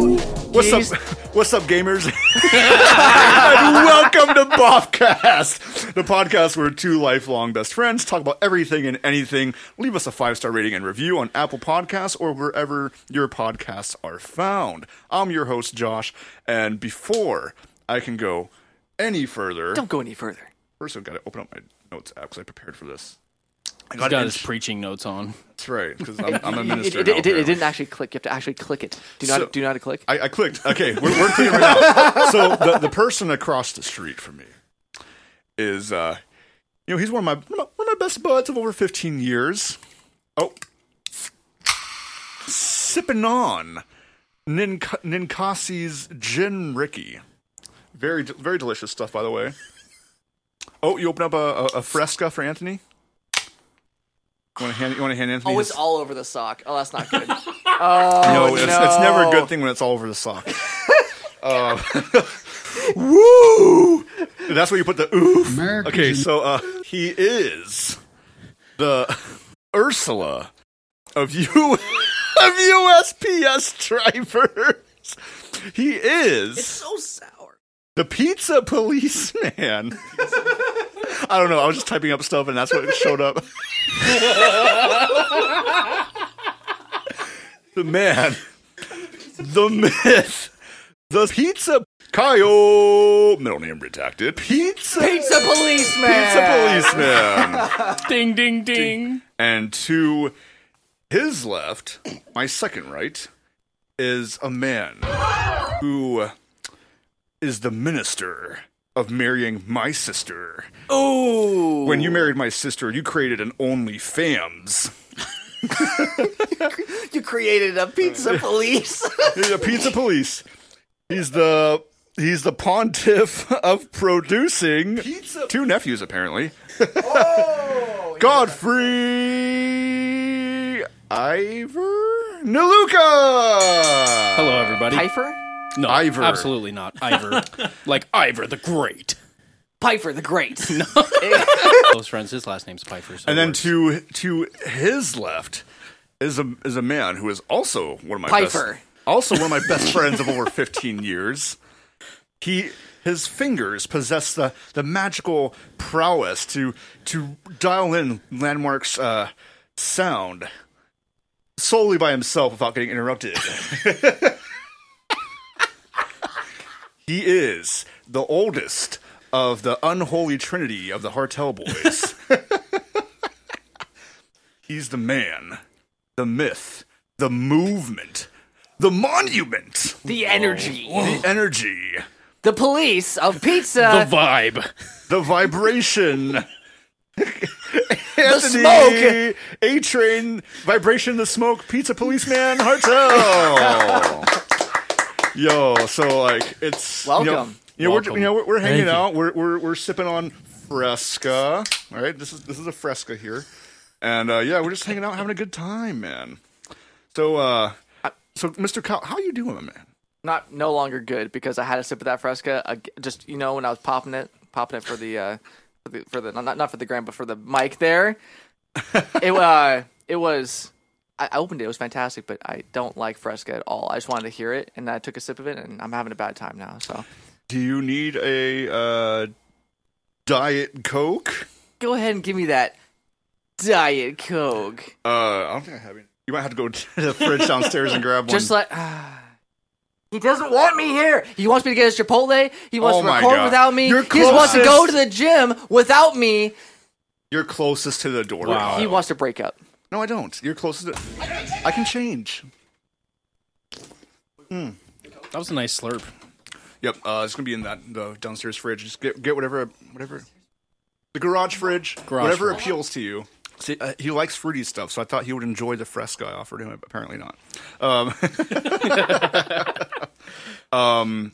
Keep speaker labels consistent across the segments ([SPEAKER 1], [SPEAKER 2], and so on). [SPEAKER 1] What's
[SPEAKER 2] Jeez.
[SPEAKER 1] up, what's up, gamers? and welcome to Bobcast, the podcast where two lifelong best friends talk about everything and anything. Leave us a five star rating and review on Apple Podcasts or wherever your podcasts are found. I'm your host, Josh, and before I can go any further,
[SPEAKER 2] Don't go any further.
[SPEAKER 1] first I've got to open up my notes app because I prepared for this. I
[SPEAKER 3] He's
[SPEAKER 1] got
[SPEAKER 3] got
[SPEAKER 1] an
[SPEAKER 3] his
[SPEAKER 1] int-
[SPEAKER 3] preaching notes on.
[SPEAKER 1] That's right, because I'm, I'm a
[SPEAKER 2] It,
[SPEAKER 1] minister.
[SPEAKER 2] it,
[SPEAKER 1] now,
[SPEAKER 2] it, it
[SPEAKER 1] apparently.
[SPEAKER 2] didn't actually click. You have to actually click it. Do not
[SPEAKER 1] So-
[SPEAKER 2] do not click.
[SPEAKER 1] I, I clicked. Okay, we're, we're clear right now. So the, the person across the street from me is, uh, you know, he's one of my one of my- one of my best buds of over 15 years. Oh, sipping on Nin- Ninkasi's Gin Ricky. Very de- very delicious stuff, by the way. Oh, you open up a, a, a fresca for Anthony. You want to hand? You want to hand Anthony?
[SPEAKER 2] oh,
[SPEAKER 1] his-
[SPEAKER 2] it's all over the sock. Oh, that's not good.
[SPEAKER 1] no, it's, it's never a
[SPEAKER 2] Oh, no.
[SPEAKER 1] good thing when it's all over the sock. Uh, woo! That's where you put the oof. Okay, so uh, he is the Ursula of U of USPS drivers. He is
[SPEAKER 2] so sour.
[SPEAKER 1] the pizza policeman. I don't know. I was just typing up stuff, and that's what showed up. the man, the myth, the pizza. Kyle, middle name redacted. Pizza,
[SPEAKER 2] Pizza policeman.
[SPEAKER 1] pizza policeman.
[SPEAKER 3] Ding, ding, ding.
[SPEAKER 1] and to his left, my second right, is a man who is the minister of marrying my sister.
[SPEAKER 2] Ooh.
[SPEAKER 1] When you married my sister, you created an OnlyFams.
[SPEAKER 2] you created a pizza police.
[SPEAKER 1] He's a pizza police. He's the he's the pontiff of producing two nephews apparently. Godfrey Ivor Naluka.
[SPEAKER 3] Hello, everybody.
[SPEAKER 2] Piper?
[SPEAKER 3] no,
[SPEAKER 1] Ivor.
[SPEAKER 3] absolutely not. Ivor. like Ivor the Great.
[SPEAKER 2] Piper the Great.
[SPEAKER 3] Close friends. His last name's Piper. So
[SPEAKER 1] And then
[SPEAKER 3] we're-
[SPEAKER 1] to to his left is a is a man who is also one of my
[SPEAKER 2] Piper.
[SPEAKER 1] best, also one of my best friends of over fifteen years. He his fingers possess the, the magical prowess to to dial in landmarks uh, sound solely by himself without getting interrupted. he is the oldest of the unholy trinity of the Hartel boys. He's the man, the myth, the movement, the monument,
[SPEAKER 2] The energy.
[SPEAKER 1] the energy,
[SPEAKER 2] The police of pizza.
[SPEAKER 3] the vibe.
[SPEAKER 1] the vibration.
[SPEAKER 2] smoke.
[SPEAKER 1] A train, vibration, the smoke, pizza policeman, Hartel. Yo, so like it's you know-
[SPEAKER 2] Welcome.
[SPEAKER 1] You know,
[SPEAKER 3] Welcome.
[SPEAKER 1] we're you know we're, we're hanging
[SPEAKER 3] Thank you.
[SPEAKER 1] out. We're, we're we're sipping on Fresca. All right, this is this is a Fresca here, and uh, yeah, we're just hanging out, having a good time, man. So, uh, so Mr. Kyle, how you doing, man?
[SPEAKER 2] Not no longer good because I had a sip of that Fresca. I g- just you know when I was popping it, popping it for the uh, for the, for the not not for the gram but for the mic there. It uh it was I I opened it. It was fantastic, but I don't like Fresca at all. I just wanted to hear it, and I took a sip of it, and I'm having a bad time now. So
[SPEAKER 1] Do you need a uh, diet coke?
[SPEAKER 2] go ahead and give me that diet coke.
[SPEAKER 1] Uh, I don't think I have any. You might have to go to the fridge downstairs and grab one.
[SPEAKER 2] Just like. He doesn't want me here. He wants me to get his Chipotle. He wants
[SPEAKER 1] Oh
[SPEAKER 2] to
[SPEAKER 1] my
[SPEAKER 2] record
[SPEAKER 1] God.
[SPEAKER 2] without me.
[SPEAKER 1] You're
[SPEAKER 2] he just wants to go to
[SPEAKER 1] closest.
[SPEAKER 2] the gym without me.
[SPEAKER 1] You're closest to the door.
[SPEAKER 3] Wow.
[SPEAKER 2] He wants to break up.
[SPEAKER 1] No, I don't. You're closest. To... I can change.
[SPEAKER 3] That was a nice slurp.
[SPEAKER 1] Yep. Uh, it's gonna be in that the downstairs fridge. Just get get whatever whatever. The garage fridge.
[SPEAKER 3] Garage
[SPEAKER 1] whatever
[SPEAKER 3] fridge.
[SPEAKER 1] appeals to you. See, uh, he likes fruity stuff, so I thought he would enjoy the fresco I offered him. but Apparently not. Um. um,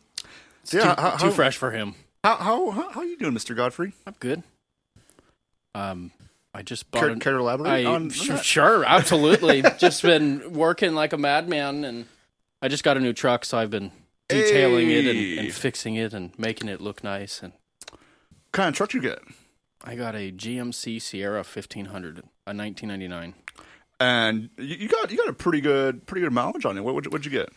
[SPEAKER 1] so yeah.
[SPEAKER 3] too,
[SPEAKER 1] how,
[SPEAKER 3] too
[SPEAKER 1] how-
[SPEAKER 3] fresh for him.
[SPEAKER 1] How, how how how you doing, Mister Godfrey?
[SPEAKER 3] I'm good. Um, I just bought.
[SPEAKER 1] Care,
[SPEAKER 3] an-
[SPEAKER 1] care to elaborate
[SPEAKER 3] I,
[SPEAKER 1] on
[SPEAKER 3] sh-
[SPEAKER 1] that?
[SPEAKER 3] sure, absolutely. just been working like a madman, and I just got a new truck, so I've been detailing it and,
[SPEAKER 1] Hey.
[SPEAKER 3] and fixing it and making it look nice. And
[SPEAKER 1] kind of truck you get?
[SPEAKER 3] I got a GMC Sierra 1500, a 1999.
[SPEAKER 1] and you, you got you got a pretty good pretty good mileage on it. What would you, what'd you get?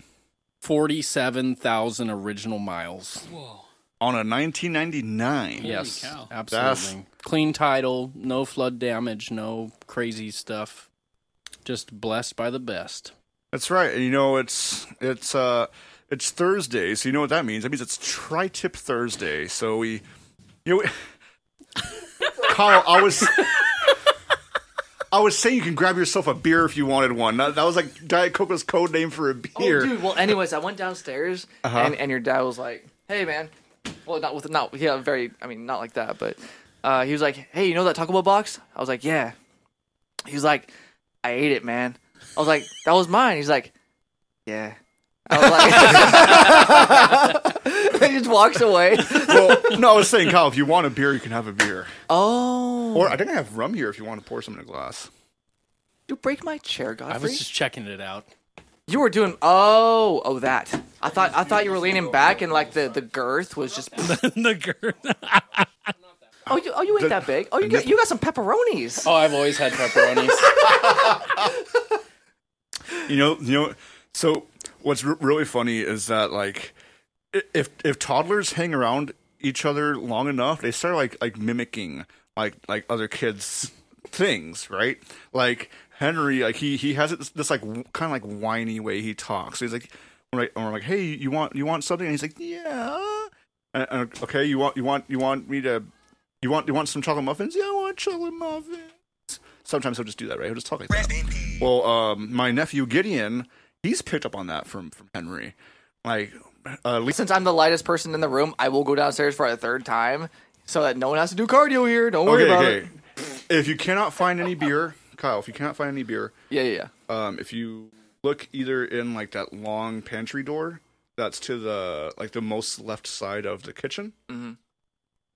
[SPEAKER 3] forty-seven thousand original miles.
[SPEAKER 4] Whoa.
[SPEAKER 1] on a 1999.
[SPEAKER 3] yes,
[SPEAKER 4] cow.
[SPEAKER 3] absolutely. Clean title, no flood damage, no crazy stuff. Just blessed by the best.
[SPEAKER 1] That's right. And you know, it's it's uh it's Thursday, so you know what that means. That means it's tri-tip Thursday. So we, you know, we- Kyle, I was. I was saying you can grab yourself a beer if you wanted one. That, that was like Diet Coke's code name for a beer.
[SPEAKER 2] Oh, dude. Well, anyways, I went downstairs,
[SPEAKER 3] Uh-huh.
[SPEAKER 2] and, and your dad was like, "Hey, man." Well, not with not yeah, very. I mean, not like that, but uh, he was like, "Hey, you know that Taco Bell box?" I was like, "Yeah." He was like, "I ate it, man." I was like, "That was mine." He's like, "Yeah." I was like, he just walks away.
[SPEAKER 1] Well, no, I was saying, Kyle, if you want a beer, you can have a beer.
[SPEAKER 2] Oh,
[SPEAKER 1] Or I think I have rum here if you want to pour some in a glass.
[SPEAKER 2] you break my chair, Godfrey.
[SPEAKER 3] I was just checking it out.
[SPEAKER 2] You were doing oh oh that. I thought I thought you were leaning back and like the, the girth was just
[SPEAKER 4] the girl.
[SPEAKER 2] oh you oh you ain't that big oh you got, you got some pepperonis.
[SPEAKER 3] Oh, I've always had pepperonis.
[SPEAKER 1] You know, you know. So what's r- really funny is that like, i- if if toddlers hang around each other long enough, they start like like mimicking like like other kids' things, right? Like Henry, like he he has this, this like kind of like whiny way he talks. He's like, when I- when I'm like, hey, you want you want something? And he's like, yeah. And, and, okay, you want you want you want me to you want you want some chocolate muffins? Yeah, I want chocolate muffins. Sometimes he'll just do that, right? He'll just talk like that. Well, um, my nephew Gideon, he's picked up on that from from Henry. Like, uh, Lisa,
[SPEAKER 2] Since I'm the lightest person in the room, I will go downstairs for a third time so that no one has to do cardio here. Don't worry
[SPEAKER 1] okay,
[SPEAKER 2] about
[SPEAKER 1] okay.
[SPEAKER 2] it.
[SPEAKER 1] If you cannot find any beer, Kyle, if you cannot find any beer,
[SPEAKER 2] Yeah yeah. yeah.
[SPEAKER 1] um, if you look either in like that long pantry door that's to the like the most left side of the kitchen,
[SPEAKER 2] Mm-hmm.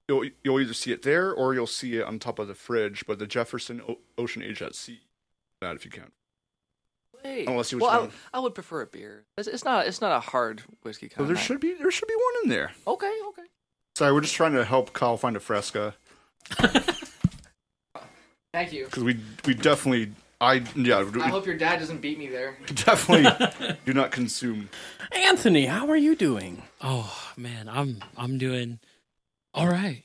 [SPEAKER 1] you'll you'll either see it there or you'll see it on top of the fridge. But the Jefferson o- Ocean Age at Sea, that if you can.
[SPEAKER 2] Wait.
[SPEAKER 1] I wanna see which
[SPEAKER 2] well, I-
[SPEAKER 1] one.
[SPEAKER 2] I, would prefer a beer. It's, it's not it's not a hard whiskey
[SPEAKER 1] So
[SPEAKER 2] kind
[SPEAKER 1] there should be there should be one in there.
[SPEAKER 2] Okay okay.
[SPEAKER 1] Sorry, we're just trying to help Kyle find a fresca.
[SPEAKER 2] Thank you.
[SPEAKER 1] because we we definitely I yeah we
[SPEAKER 2] I hope your dad doesn't beat me there.
[SPEAKER 1] definitely do not consume.
[SPEAKER 3] Anthony, how are you doing?
[SPEAKER 4] Oh man, I'm I'm doing all right.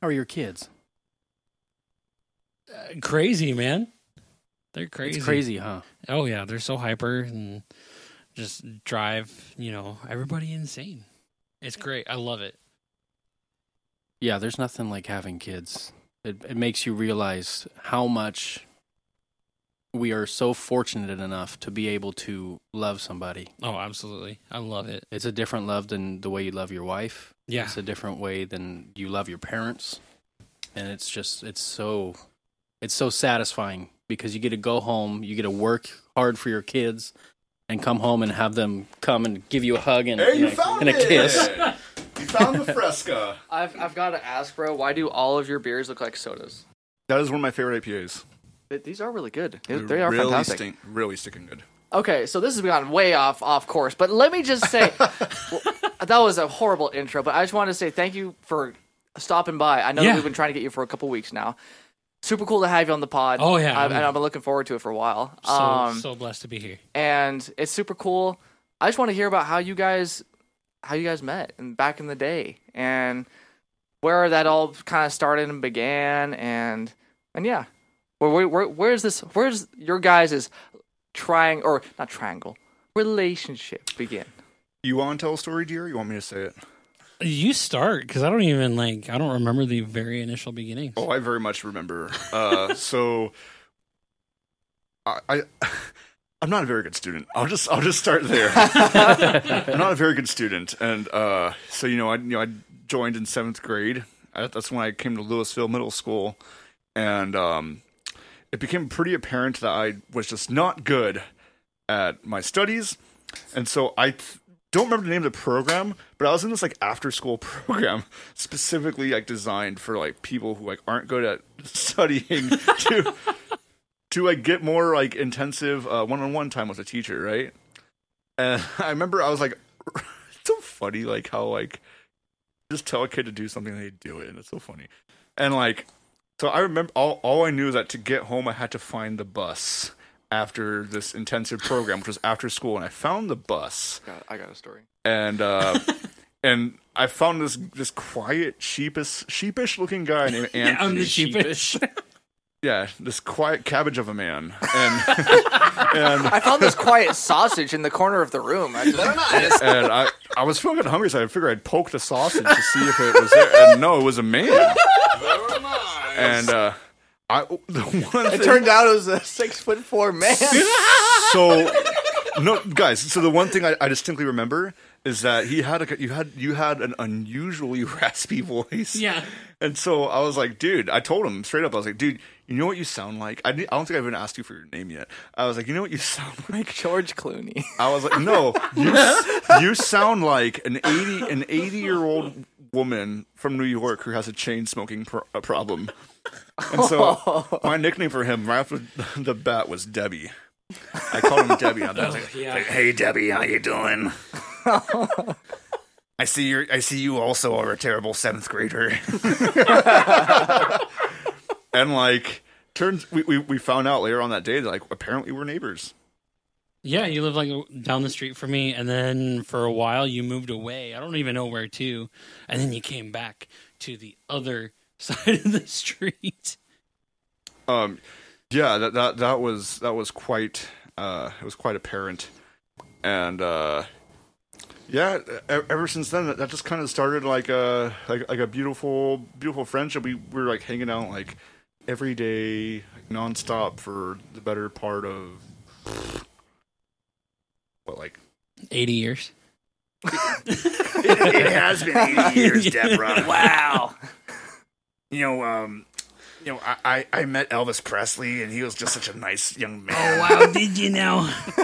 [SPEAKER 3] How are your kids?
[SPEAKER 4] Uh, crazy man, they're crazy.
[SPEAKER 3] It's crazy, huh?
[SPEAKER 4] Oh yeah, they're so hyper and just drive you know everybody insane. It's great. I love it.
[SPEAKER 3] Yeah, there's nothing like having kids. It, it makes you realize how much we are so fortunate enough to be able to love somebody.
[SPEAKER 4] Oh, absolutely. I love it.
[SPEAKER 3] It's a different love than the way you love your wife.
[SPEAKER 4] Yeah.
[SPEAKER 3] It's a different way than you love your parents. And it's just it's so it's so satisfying because you get to go home, you get to work hard for your kids and come home and have them come and give you a hug and, and a, and a kiss.
[SPEAKER 1] You found the fresca.
[SPEAKER 2] I've I've got to ask, bro. Why do all of your beers look like sodas?
[SPEAKER 1] That is one of my favorite IPAs.
[SPEAKER 2] Th- These are really good. They, they are
[SPEAKER 1] really
[SPEAKER 2] fantastic.
[SPEAKER 1] stink- really sticking good.
[SPEAKER 2] Okay, so this has gone way off off course, but let me just say well, that was a horrible intro. But I just wanted to say thank you for stopping by. I know that
[SPEAKER 4] Yeah.
[SPEAKER 2] we've been trying to get you for a couple weeks now. Super cool to have you on the pod.
[SPEAKER 4] Oh, yeah.
[SPEAKER 2] I've, and I've been looking forward to it for a while.
[SPEAKER 4] So
[SPEAKER 2] um,
[SPEAKER 4] so blessed to be here.
[SPEAKER 2] and it's super cool. I just want to hear about how you guys how you guys met and back in the day and where that all kind of started and began and and yeah. Where where where, where is this where's your guys' triangle or not triangle relationship begin?
[SPEAKER 1] You want to tell a story, dear? You want me to say it?
[SPEAKER 4] You start because I don't even like I don't remember the very initial beginnings.
[SPEAKER 1] Oh, I very much remember. Uh, so I. I I'm not a very good student. I'll just I'll just start there. I'm not a very good student, and uh, so you know I you know I joined in seventh grade. I, that's when I came to Louisville Middle School, and um, it became pretty apparent that I was just not good at my studies, and so I th- don't remember the name of the program, but I was in this like after school program specifically like designed for like people who like aren't good at studying to to like get more like intensive uh, one-on-one time with a teacher, right? And I remember I was like, it's so funny, like how like just tell a kid to do something and they do it, and it's so funny. And like, so I remember all all I knew is that to get home I had to find the bus after this intensive program, which was after school, and I found the bus
[SPEAKER 2] God, I got a story.
[SPEAKER 1] and uh, and I found this this quiet, sheepish, sheepish looking guy named Anthony.
[SPEAKER 4] I'm the cheapest.
[SPEAKER 1] yeah, this quiet cabbage of a man, and and
[SPEAKER 2] I found this quiet sausage in the corner of the room. I just,
[SPEAKER 1] and I, I was fucking hungry, so I figured I'd poke the sausage to see if it was there. And no, it was a man. And uh, I, the one
[SPEAKER 5] It
[SPEAKER 1] thing,
[SPEAKER 5] turned out it was a six foot four man.
[SPEAKER 1] so no, guys. So the one thing I, I distinctly remember is that he had a you had you had an unusually raspy voice.
[SPEAKER 4] yeah.
[SPEAKER 1] And so I was like, dude, I told him straight up. I was like, dude, you know what you sound like? I, didn't- I don't think I've even asked you for your name yet. I was like, you know what you sound like?
[SPEAKER 2] George Clooney.
[SPEAKER 1] I was like, no, you, you sound like an eighty an eighty year old woman from New York who has a chain smoking pro- a problem. And so my nickname for him right after the bat was Debbie. I called him Debbie. I was like,
[SPEAKER 4] Yeah.
[SPEAKER 1] hey Debbie, how you doing? I see you. I see you also are a terrible seventh grader. and like, turns we, we we found out later on that day that like apparently we're neighbors.
[SPEAKER 4] Yeah, you live like down the street from me, and then for a while you moved away. I don't even know where to, and then you came back to the other side of the street.
[SPEAKER 1] um yeah that that that was that was quite uh it was quite apparent and uh yeah e- ever since then that, that just kind of started like a like, like a beautiful beautiful friendship we, we were like hanging out like every day like, nonstop for the better part of what like
[SPEAKER 4] Eighty years.
[SPEAKER 1] it has been 80 years, Deborah. Wow. You know, um, you know, I, I, I met Elvis Presley, and he was just such a nice young man.
[SPEAKER 4] Oh, wow, did you know?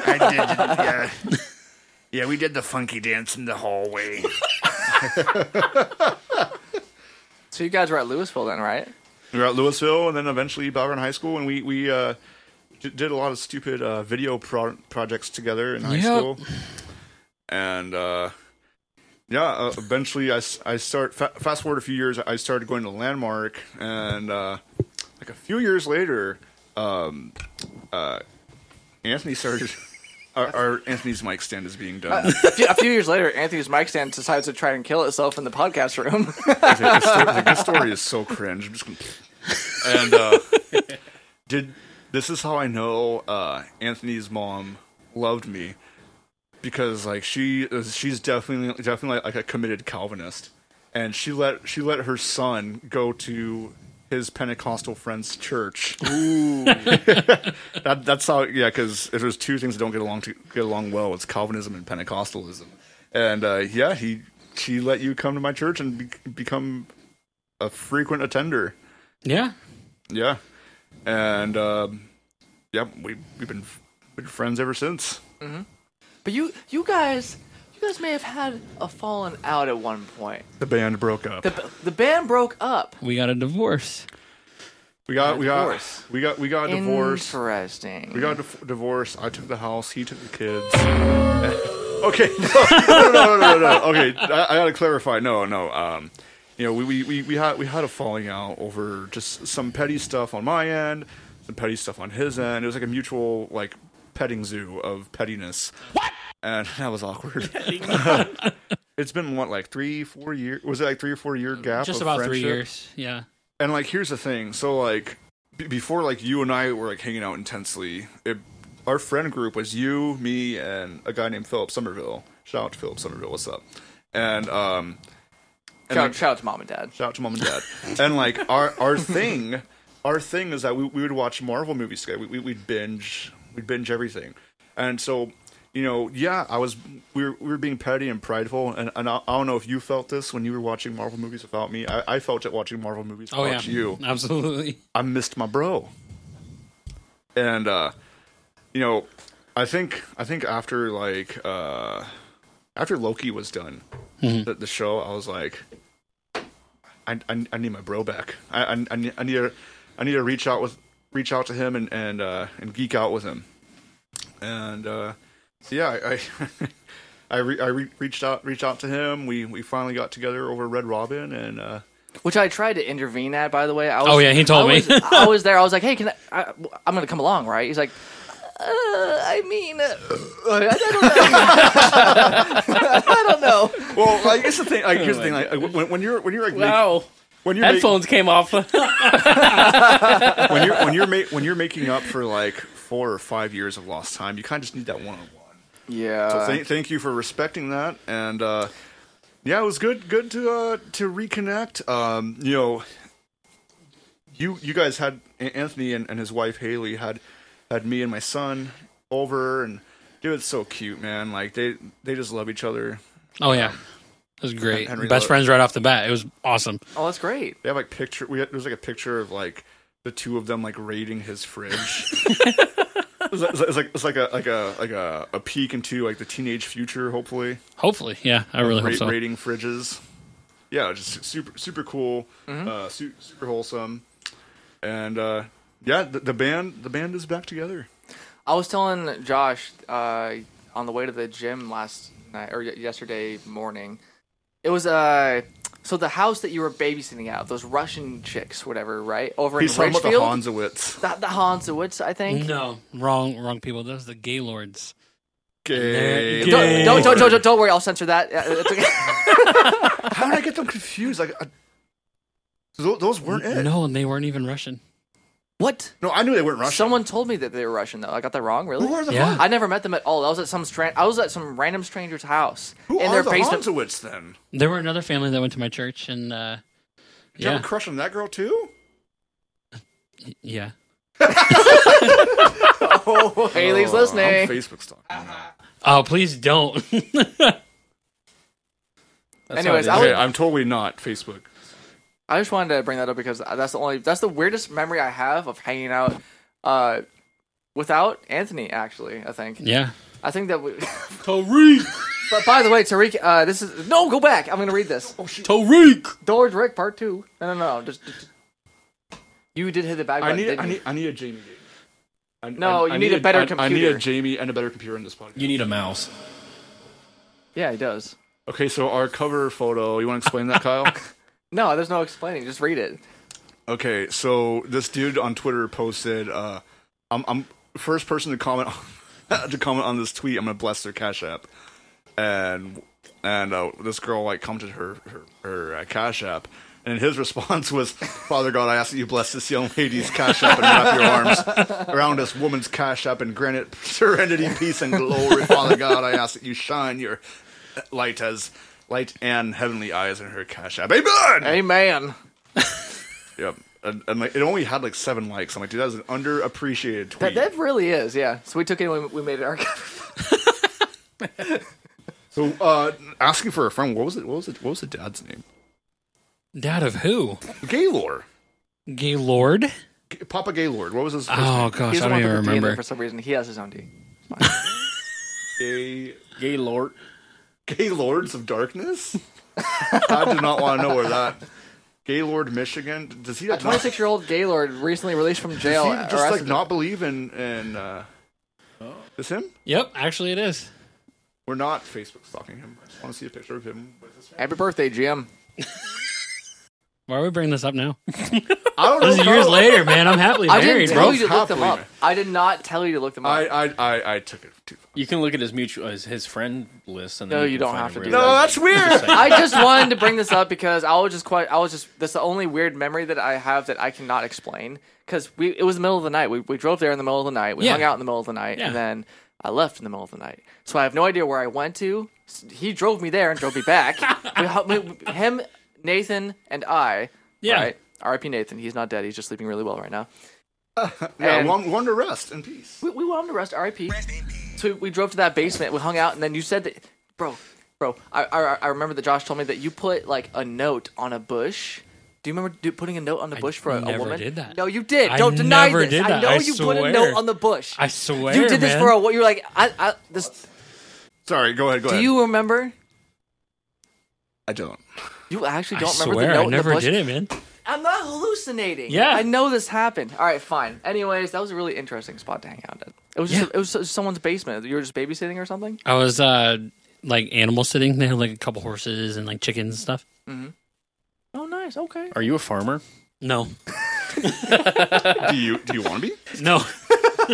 [SPEAKER 1] I did, yeah. Yeah, we did the funky dance in the hallway.
[SPEAKER 2] So you guys were at Louisville then, right?
[SPEAKER 1] We were at Louisville, and then eventually Bowron High School, and we we uh, d- did a lot of stupid uh, video pro- projects together in high
[SPEAKER 4] Yep.
[SPEAKER 1] school. And uh, yeah, uh, eventually I, s- I start fa- fast forward a few years. I started going to Landmark, and uh, like a few years later, um, uh, Anthony started. Our, our Anthony's mic stand is being done.
[SPEAKER 2] A few, a few years later, Anthony's mic stand decides to try and kill itself in the podcast room.
[SPEAKER 1] It's like, this, story, like, this story is so cringe. I'm just gonna... And uh, did this is how I know uh, Anthony's mom loved me because like she is- she's definitely definitely like a committed Calvinist, and she let she let her son go to his Pentecostal friend's church. that, that's how yeah. Because if there's two things that don't get along to get along well, it's Calvinism and Pentecostalism. And uh, yeah, he she let you come to my church and be, become a frequent attender.
[SPEAKER 4] Yeah,
[SPEAKER 1] Yeah, and um, yeah, we we've been been friends ever since.
[SPEAKER 2] But you, you guys, you guys may have had a falling out at one point.
[SPEAKER 1] The band broke up.
[SPEAKER 2] The, the band broke up.
[SPEAKER 4] we got a divorce.
[SPEAKER 1] we got we got
[SPEAKER 2] Divorce.
[SPEAKER 1] we got we got divorced.
[SPEAKER 2] Interesting.
[SPEAKER 1] We got dif- divorced. I took the house. He took the kids. okay, no, no, no, no, no, no. Okay, I, I gotta clarify. No, no. Um, you know, we, we, we, we had we had a falling out over just some petty stuff on my end, some petty stuff on his end. It was like a mutual like petting zoo of pettiness. What? And that was awkward. it's been what like three, four years? Was it like three or four year gap?
[SPEAKER 4] Just
[SPEAKER 1] of
[SPEAKER 4] about three
[SPEAKER 1] friendship?
[SPEAKER 4] years. Yeah.
[SPEAKER 1] and like here's the thing so like b- before like you and i were like hanging out intensely it, our friend group was you me and a guy named philip somerville shout out to philip somerville what's up and um and,
[SPEAKER 2] shout,
[SPEAKER 1] like,
[SPEAKER 2] shout out to mom and dad.
[SPEAKER 1] shout out to mom and dad and like our our thing our thing is that we, we would watch marvel movies together we, we, we'd binge we'd binge everything and so you know yeah i was we were, we were being petty and prideful and, and I, I don't know if you felt this when you were watching marvel movies without me i, I felt it watching marvel movies
[SPEAKER 4] Oh
[SPEAKER 1] without
[SPEAKER 4] yeah.
[SPEAKER 1] you
[SPEAKER 4] Absolutely.
[SPEAKER 1] I missed my bro. And uh you know, I think I think after like uh after Loki was done the, the show, I was like I, I I need my bro back. I I, I need I need to I need to reach out with reach out to him and and uh and geek out with him. And uh so yeah, I I, I, re- I re- reached out reached out to him. We we finally got together over Red Robin and uh
[SPEAKER 2] Which I tried to intervene at, by the way. I was,
[SPEAKER 4] Oh, yeah, he told
[SPEAKER 2] I
[SPEAKER 4] me.
[SPEAKER 2] was- I was there. I was like, hey, can I, I? I'm gonna come along, right? He's like, Uh, I mean, uh, I, I don't know. I don't know.
[SPEAKER 1] Well, like it's the thing. Like, here's the thing. Like, when, when you're when you're like make-
[SPEAKER 3] Oh Wow.
[SPEAKER 1] when you're make-
[SPEAKER 3] Headphones came off.
[SPEAKER 1] when you're when you're ma- when you're making up for like four or five years of lost time, you kind of just need that one on one.
[SPEAKER 2] Yeah.
[SPEAKER 1] So thank, thank you for respecting that, and uh, yeah, it was good good to uh, to reconnect. Um, you know, you you guys had A- Anthony and, and his wife Haley had had me and my son over, and dude, it's so cute, man. Like they they just love each other.
[SPEAKER 4] Oh yeah, it was great.
[SPEAKER 1] Henry
[SPEAKER 4] Best
[SPEAKER 1] Lowe.
[SPEAKER 4] friends right off the bat. It was awesome.
[SPEAKER 2] oh, that's great.
[SPEAKER 1] They have like picture. We had, there's like a picture of like the two of them like raiding his fridge. It's like, it's like it's like a like a like a, a peek into like the teenage future, hopefully.
[SPEAKER 4] Hopefully, yeah, I really hope
[SPEAKER 1] Ra-
[SPEAKER 4] so.
[SPEAKER 1] raiding fridges. Yeah, just super super cool,
[SPEAKER 2] Mm-hmm.
[SPEAKER 1] uh, su- super wholesome, and uh, yeah, the, the band the band is back together.
[SPEAKER 2] I was telling Josh uh, on the way to the gym last night or y- yesterday morning. It was uh so the house that you were babysitting out those Russian chicks, whatever, right? Over
[SPEAKER 1] He's
[SPEAKER 2] in
[SPEAKER 1] talking about the
[SPEAKER 2] Richfield.
[SPEAKER 1] Hanzowitz.
[SPEAKER 2] Not the Hansowitz, I think.
[SPEAKER 4] No, wrong, wrong people. Those are the Gaylords.
[SPEAKER 1] Gay.
[SPEAKER 4] Gay.
[SPEAKER 2] Don't, don't, don't, don't, don't worry, I'll censor that. Uh, It's okay.
[SPEAKER 1] How did I get them confused? Like I, those, those weren't it.
[SPEAKER 4] No, and they weren't even Russian.
[SPEAKER 2] what?
[SPEAKER 1] No, I knew they weren't Russian.
[SPEAKER 2] Someone told me that they were Russian, though. I got that wrong, really?
[SPEAKER 1] Who are the
[SPEAKER 4] Yeah.
[SPEAKER 1] Han-
[SPEAKER 2] I never met them at all. I was at some stra- I was at some random stranger's house
[SPEAKER 1] Who
[SPEAKER 2] in
[SPEAKER 1] are
[SPEAKER 2] their
[SPEAKER 1] the
[SPEAKER 2] basement.
[SPEAKER 1] Hanzowitz then?
[SPEAKER 4] There were another family that went to my church, and uh,
[SPEAKER 1] Did you
[SPEAKER 4] yeah,
[SPEAKER 1] have a crush on that girl too?
[SPEAKER 4] yeah.
[SPEAKER 2] Haley's
[SPEAKER 1] I'm
[SPEAKER 2] listening.
[SPEAKER 1] Facebook stalking.
[SPEAKER 4] Oh, please don't.
[SPEAKER 2] Anyways, I
[SPEAKER 1] Okay,
[SPEAKER 2] would,
[SPEAKER 1] I'm totally not Facebook.
[SPEAKER 2] I just wanted to bring that up because that's the only that's the weirdest memory I have of hanging out uh, without Anthony. Actually, I think
[SPEAKER 4] yeah.
[SPEAKER 2] I think that we. but by the way, Tariq, uh, this is no go back. I'm gonna read this.
[SPEAKER 3] Tariq.
[SPEAKER 2] George Rick Part Two. No, no, no. Just, just- you did hit the bag.
[SPEAKER 1] I
[SPEAKER 2] button,
[SPEAKER 1] need,
[SPEAKER 2] didn't
[SPEAKER 1] I
[SPEAKER 2] you?
[SPEAKER 1] need, I need a Jamie. game. I-
[SPEAKER 2] No,
[SPEAKER 1] I-
[SPEAKER 2] you
[SPEAKER 1] I
[SPEAKER 2] need a
[SPEAKER 1] I-
[SPEAKER 2] better
[SPEAKER 1] I need a
[SPEAKER 2] computer.
[SPEAKER 1] Jamie and a better computer in this podcast.
[SPEAKER 3] You need a mouse.
[SPEAKER 2] Yeah, he does.
[SPEAKER 1] Okay, so our cover photo, you want to explain that, Kyle?
[SPEAKER 2] No, there's no explaining. Just read it.
[SPEAKER 1] Okay, so this dude on Twitter posted, uh, I'm, I'm first person to comment on, to comment on this tweet. I'm gonna bless their Cash App, and and uh, this girl like commented her her, her uh, Cash App, and his response was, "Father God, I ask that you bless this young lady's Cash App and wrap your arms around this woman's Cash App and grant it serenity, peace, and glory. Father God, I ask that you shine your light as." Light and heavenly eyes in her cash app. Amen!
[SPEAKER 2] Amen.
[SPEAKER 1] Yep. And, and like, it only had like seven likes. I'm like, dude, that was an underappreciated tweet.
[SPEAKER 2] That, that really is, yeah. So we took it and we we made it our
[SPEAKER 1] so, uh, asking for a friend. What was it? What was it? What was the dad's name?
[SPEAKER 4] Dad of who?
[SPEAKER 1] Gaylord.
[SPEAKER 4] Gaylord.
[SPEAKER 1] G- Papa Gaylord. What was his first
[SPEAKER 4] Oh gosh,
[SPEAKER 2] He's
[SPEAKER 4] I
[SPEAKER 2] the one with the
[SPEAKER 4] don't even
[SPEAKER 2] D in there
[SPEAKER 4] remember.
[SPEAKER 2] for some reason. He has his own D.
[SPEAKER 1] name?
[SPEAKER 3] Gaylord.
[SPEAKER 1] Gay, Gaylords of Darkness? I do not want to know where that. Gaylord, Michigan. Does he like, not, does
[SPEAKER 2] 26 year old Gaylord recently released from
[SPEAKER 1] he
[SPEAKER 2] jail.
[SPEAKER 1] just like
[SPEAKER 2] arrested-
[SPEAKER 1] not believe in in? Uh, is him?
[SPEAKER 4] Yep, actually it is.
[SPEAKER 1] We're not Facebook stalking him. I just want to see a picture of him. with his-
[SPEAKER 2] Happy birthday, Jim.
[SPEAKER 4] Why are we bringing this up now?
[SPEAKER 1] I don't know.
[SPEAKER 4] This is years
[SPEAKER 1] Kyle.
[SPEAKER 4] later, man. I'm happily
[SPEAKER 2] I
[SPEAKER 4] married,
[SPEAKER 2] didn't tell
[SPEAKER 4] bro.
[SPEAKER 2] you to look them up.
[SPEAKER 1] Happily.
[SPEAKER 2] I did not tell you to look them up.
[SPEAKER 1] I, I I I took it too far.
[SPEAKER 3] You can look at his mutual uh, his, his friend list and then
[SPEAKER 2] No, you
[SPEAKER 3] can
[SPEAKER 2] don't
[SPEAKER 3] find
[SPEAKER 2] have to
[SPEAKER 3] where
[SPEAKER 2] do
[SPEAKER 3] he
[SPEAKER 2] that.
[SPEAKER 1] No,
[SPEAKER 3] lives.
[SPEAKER 1] that's weird.
[SPEAKER 2] I just wanted to bring this up because I was just quite. I was just. That's the only weird memory that I have that I cannot explain. Because we, it was the middle of the night. We, we drove there in the middle of the night. We
[SPEAKER 4] Yeah.
[SPEAKER 2] hung out in the middle of the night,
[SPEAKER 4] Yeah.
[SPEAKER 2] and then I left in the middle of the night. So I have no idea where I went to. S- He drove me there and drove me back. we, hu- we, him, Nathan, and I.
[SPEAKER 4] Yeah.
[SPEAKER 2] Right? R.I.P. Nathan. He's not dead. He's just sleeping really well right now.
[SPEAKER 1] Yeah,
[SPEAKER 2] And-
[SPEAKER 1] one, one to rest in peace.
[SPEAKER 2] We, we went on to rest R.I.P. So we, we drove to that basement. We hung out, and then you said that, bro, bro. I, I I remember that Josh told me that you put like a note on a bush. Do you remember do, putting a note on the bush for a, a
[SPEAKER 4] never
[SPEAKER 2] woman?
[SPEAKER 4] did that.
[SPEAKER 2] No, you did.
[SPEAKER 4] I
[SPEAKER 2] Don't deny
[SPEAKER 4] never
[SPEAKER 2] this.
[SPEAKER 4] did
[SPEAKER 2] I
[SPEAKER 4] that.
[SPEAKER 2] know
[SPEAKER 4] I
[SPEAKER 2] you put a
[SPEAKER 4] swear.
[SPEAKER 2] note on the bush.
[SPEAKER 4] I swear,
[SPEAKER 2] you did this
[SPEAKER 4] man.
[SPEAKER 2] for a what? You were like, I, I this.
[SPEAKER 1] Sorry, go ahead. Go
[SPEAKER 2] Do
[SPEAKER 1] ahead.
[SPEAKER 2] you remember?
[SPEAKER 1] I don't.
[SPEAKER 2] You actually
[SPEAKER 4] I
[SPEAKER 2] don't remember
[SPEAKER 4] swear,
[SPEAKER 2] the note
[SPEAKER 4] I never
[SPEAKER 2] in the bush.
[SPEAKER 4] did it, man.
[SPEAKER 2] I'm not hallucinating.
[SPEAKER 4] Yeah.
[SPEAKER 2] I know this happened. All right, fine. Anyways, that was a really interesting spot to hang out at. It was just it was someone's basement. You were just babysitting or something.
[SPEAKER 4] I was uh like animal sitting. They had like a couple horses and like chickens and stuff.
[SPEAKER 2] Oh, nice. Okay.
[SPEAKER 3] Are you a farmer?
[SPEAKER 4] No,
[SPEAKER 1] Do you do you want to be?
[SPEAKER 4] no,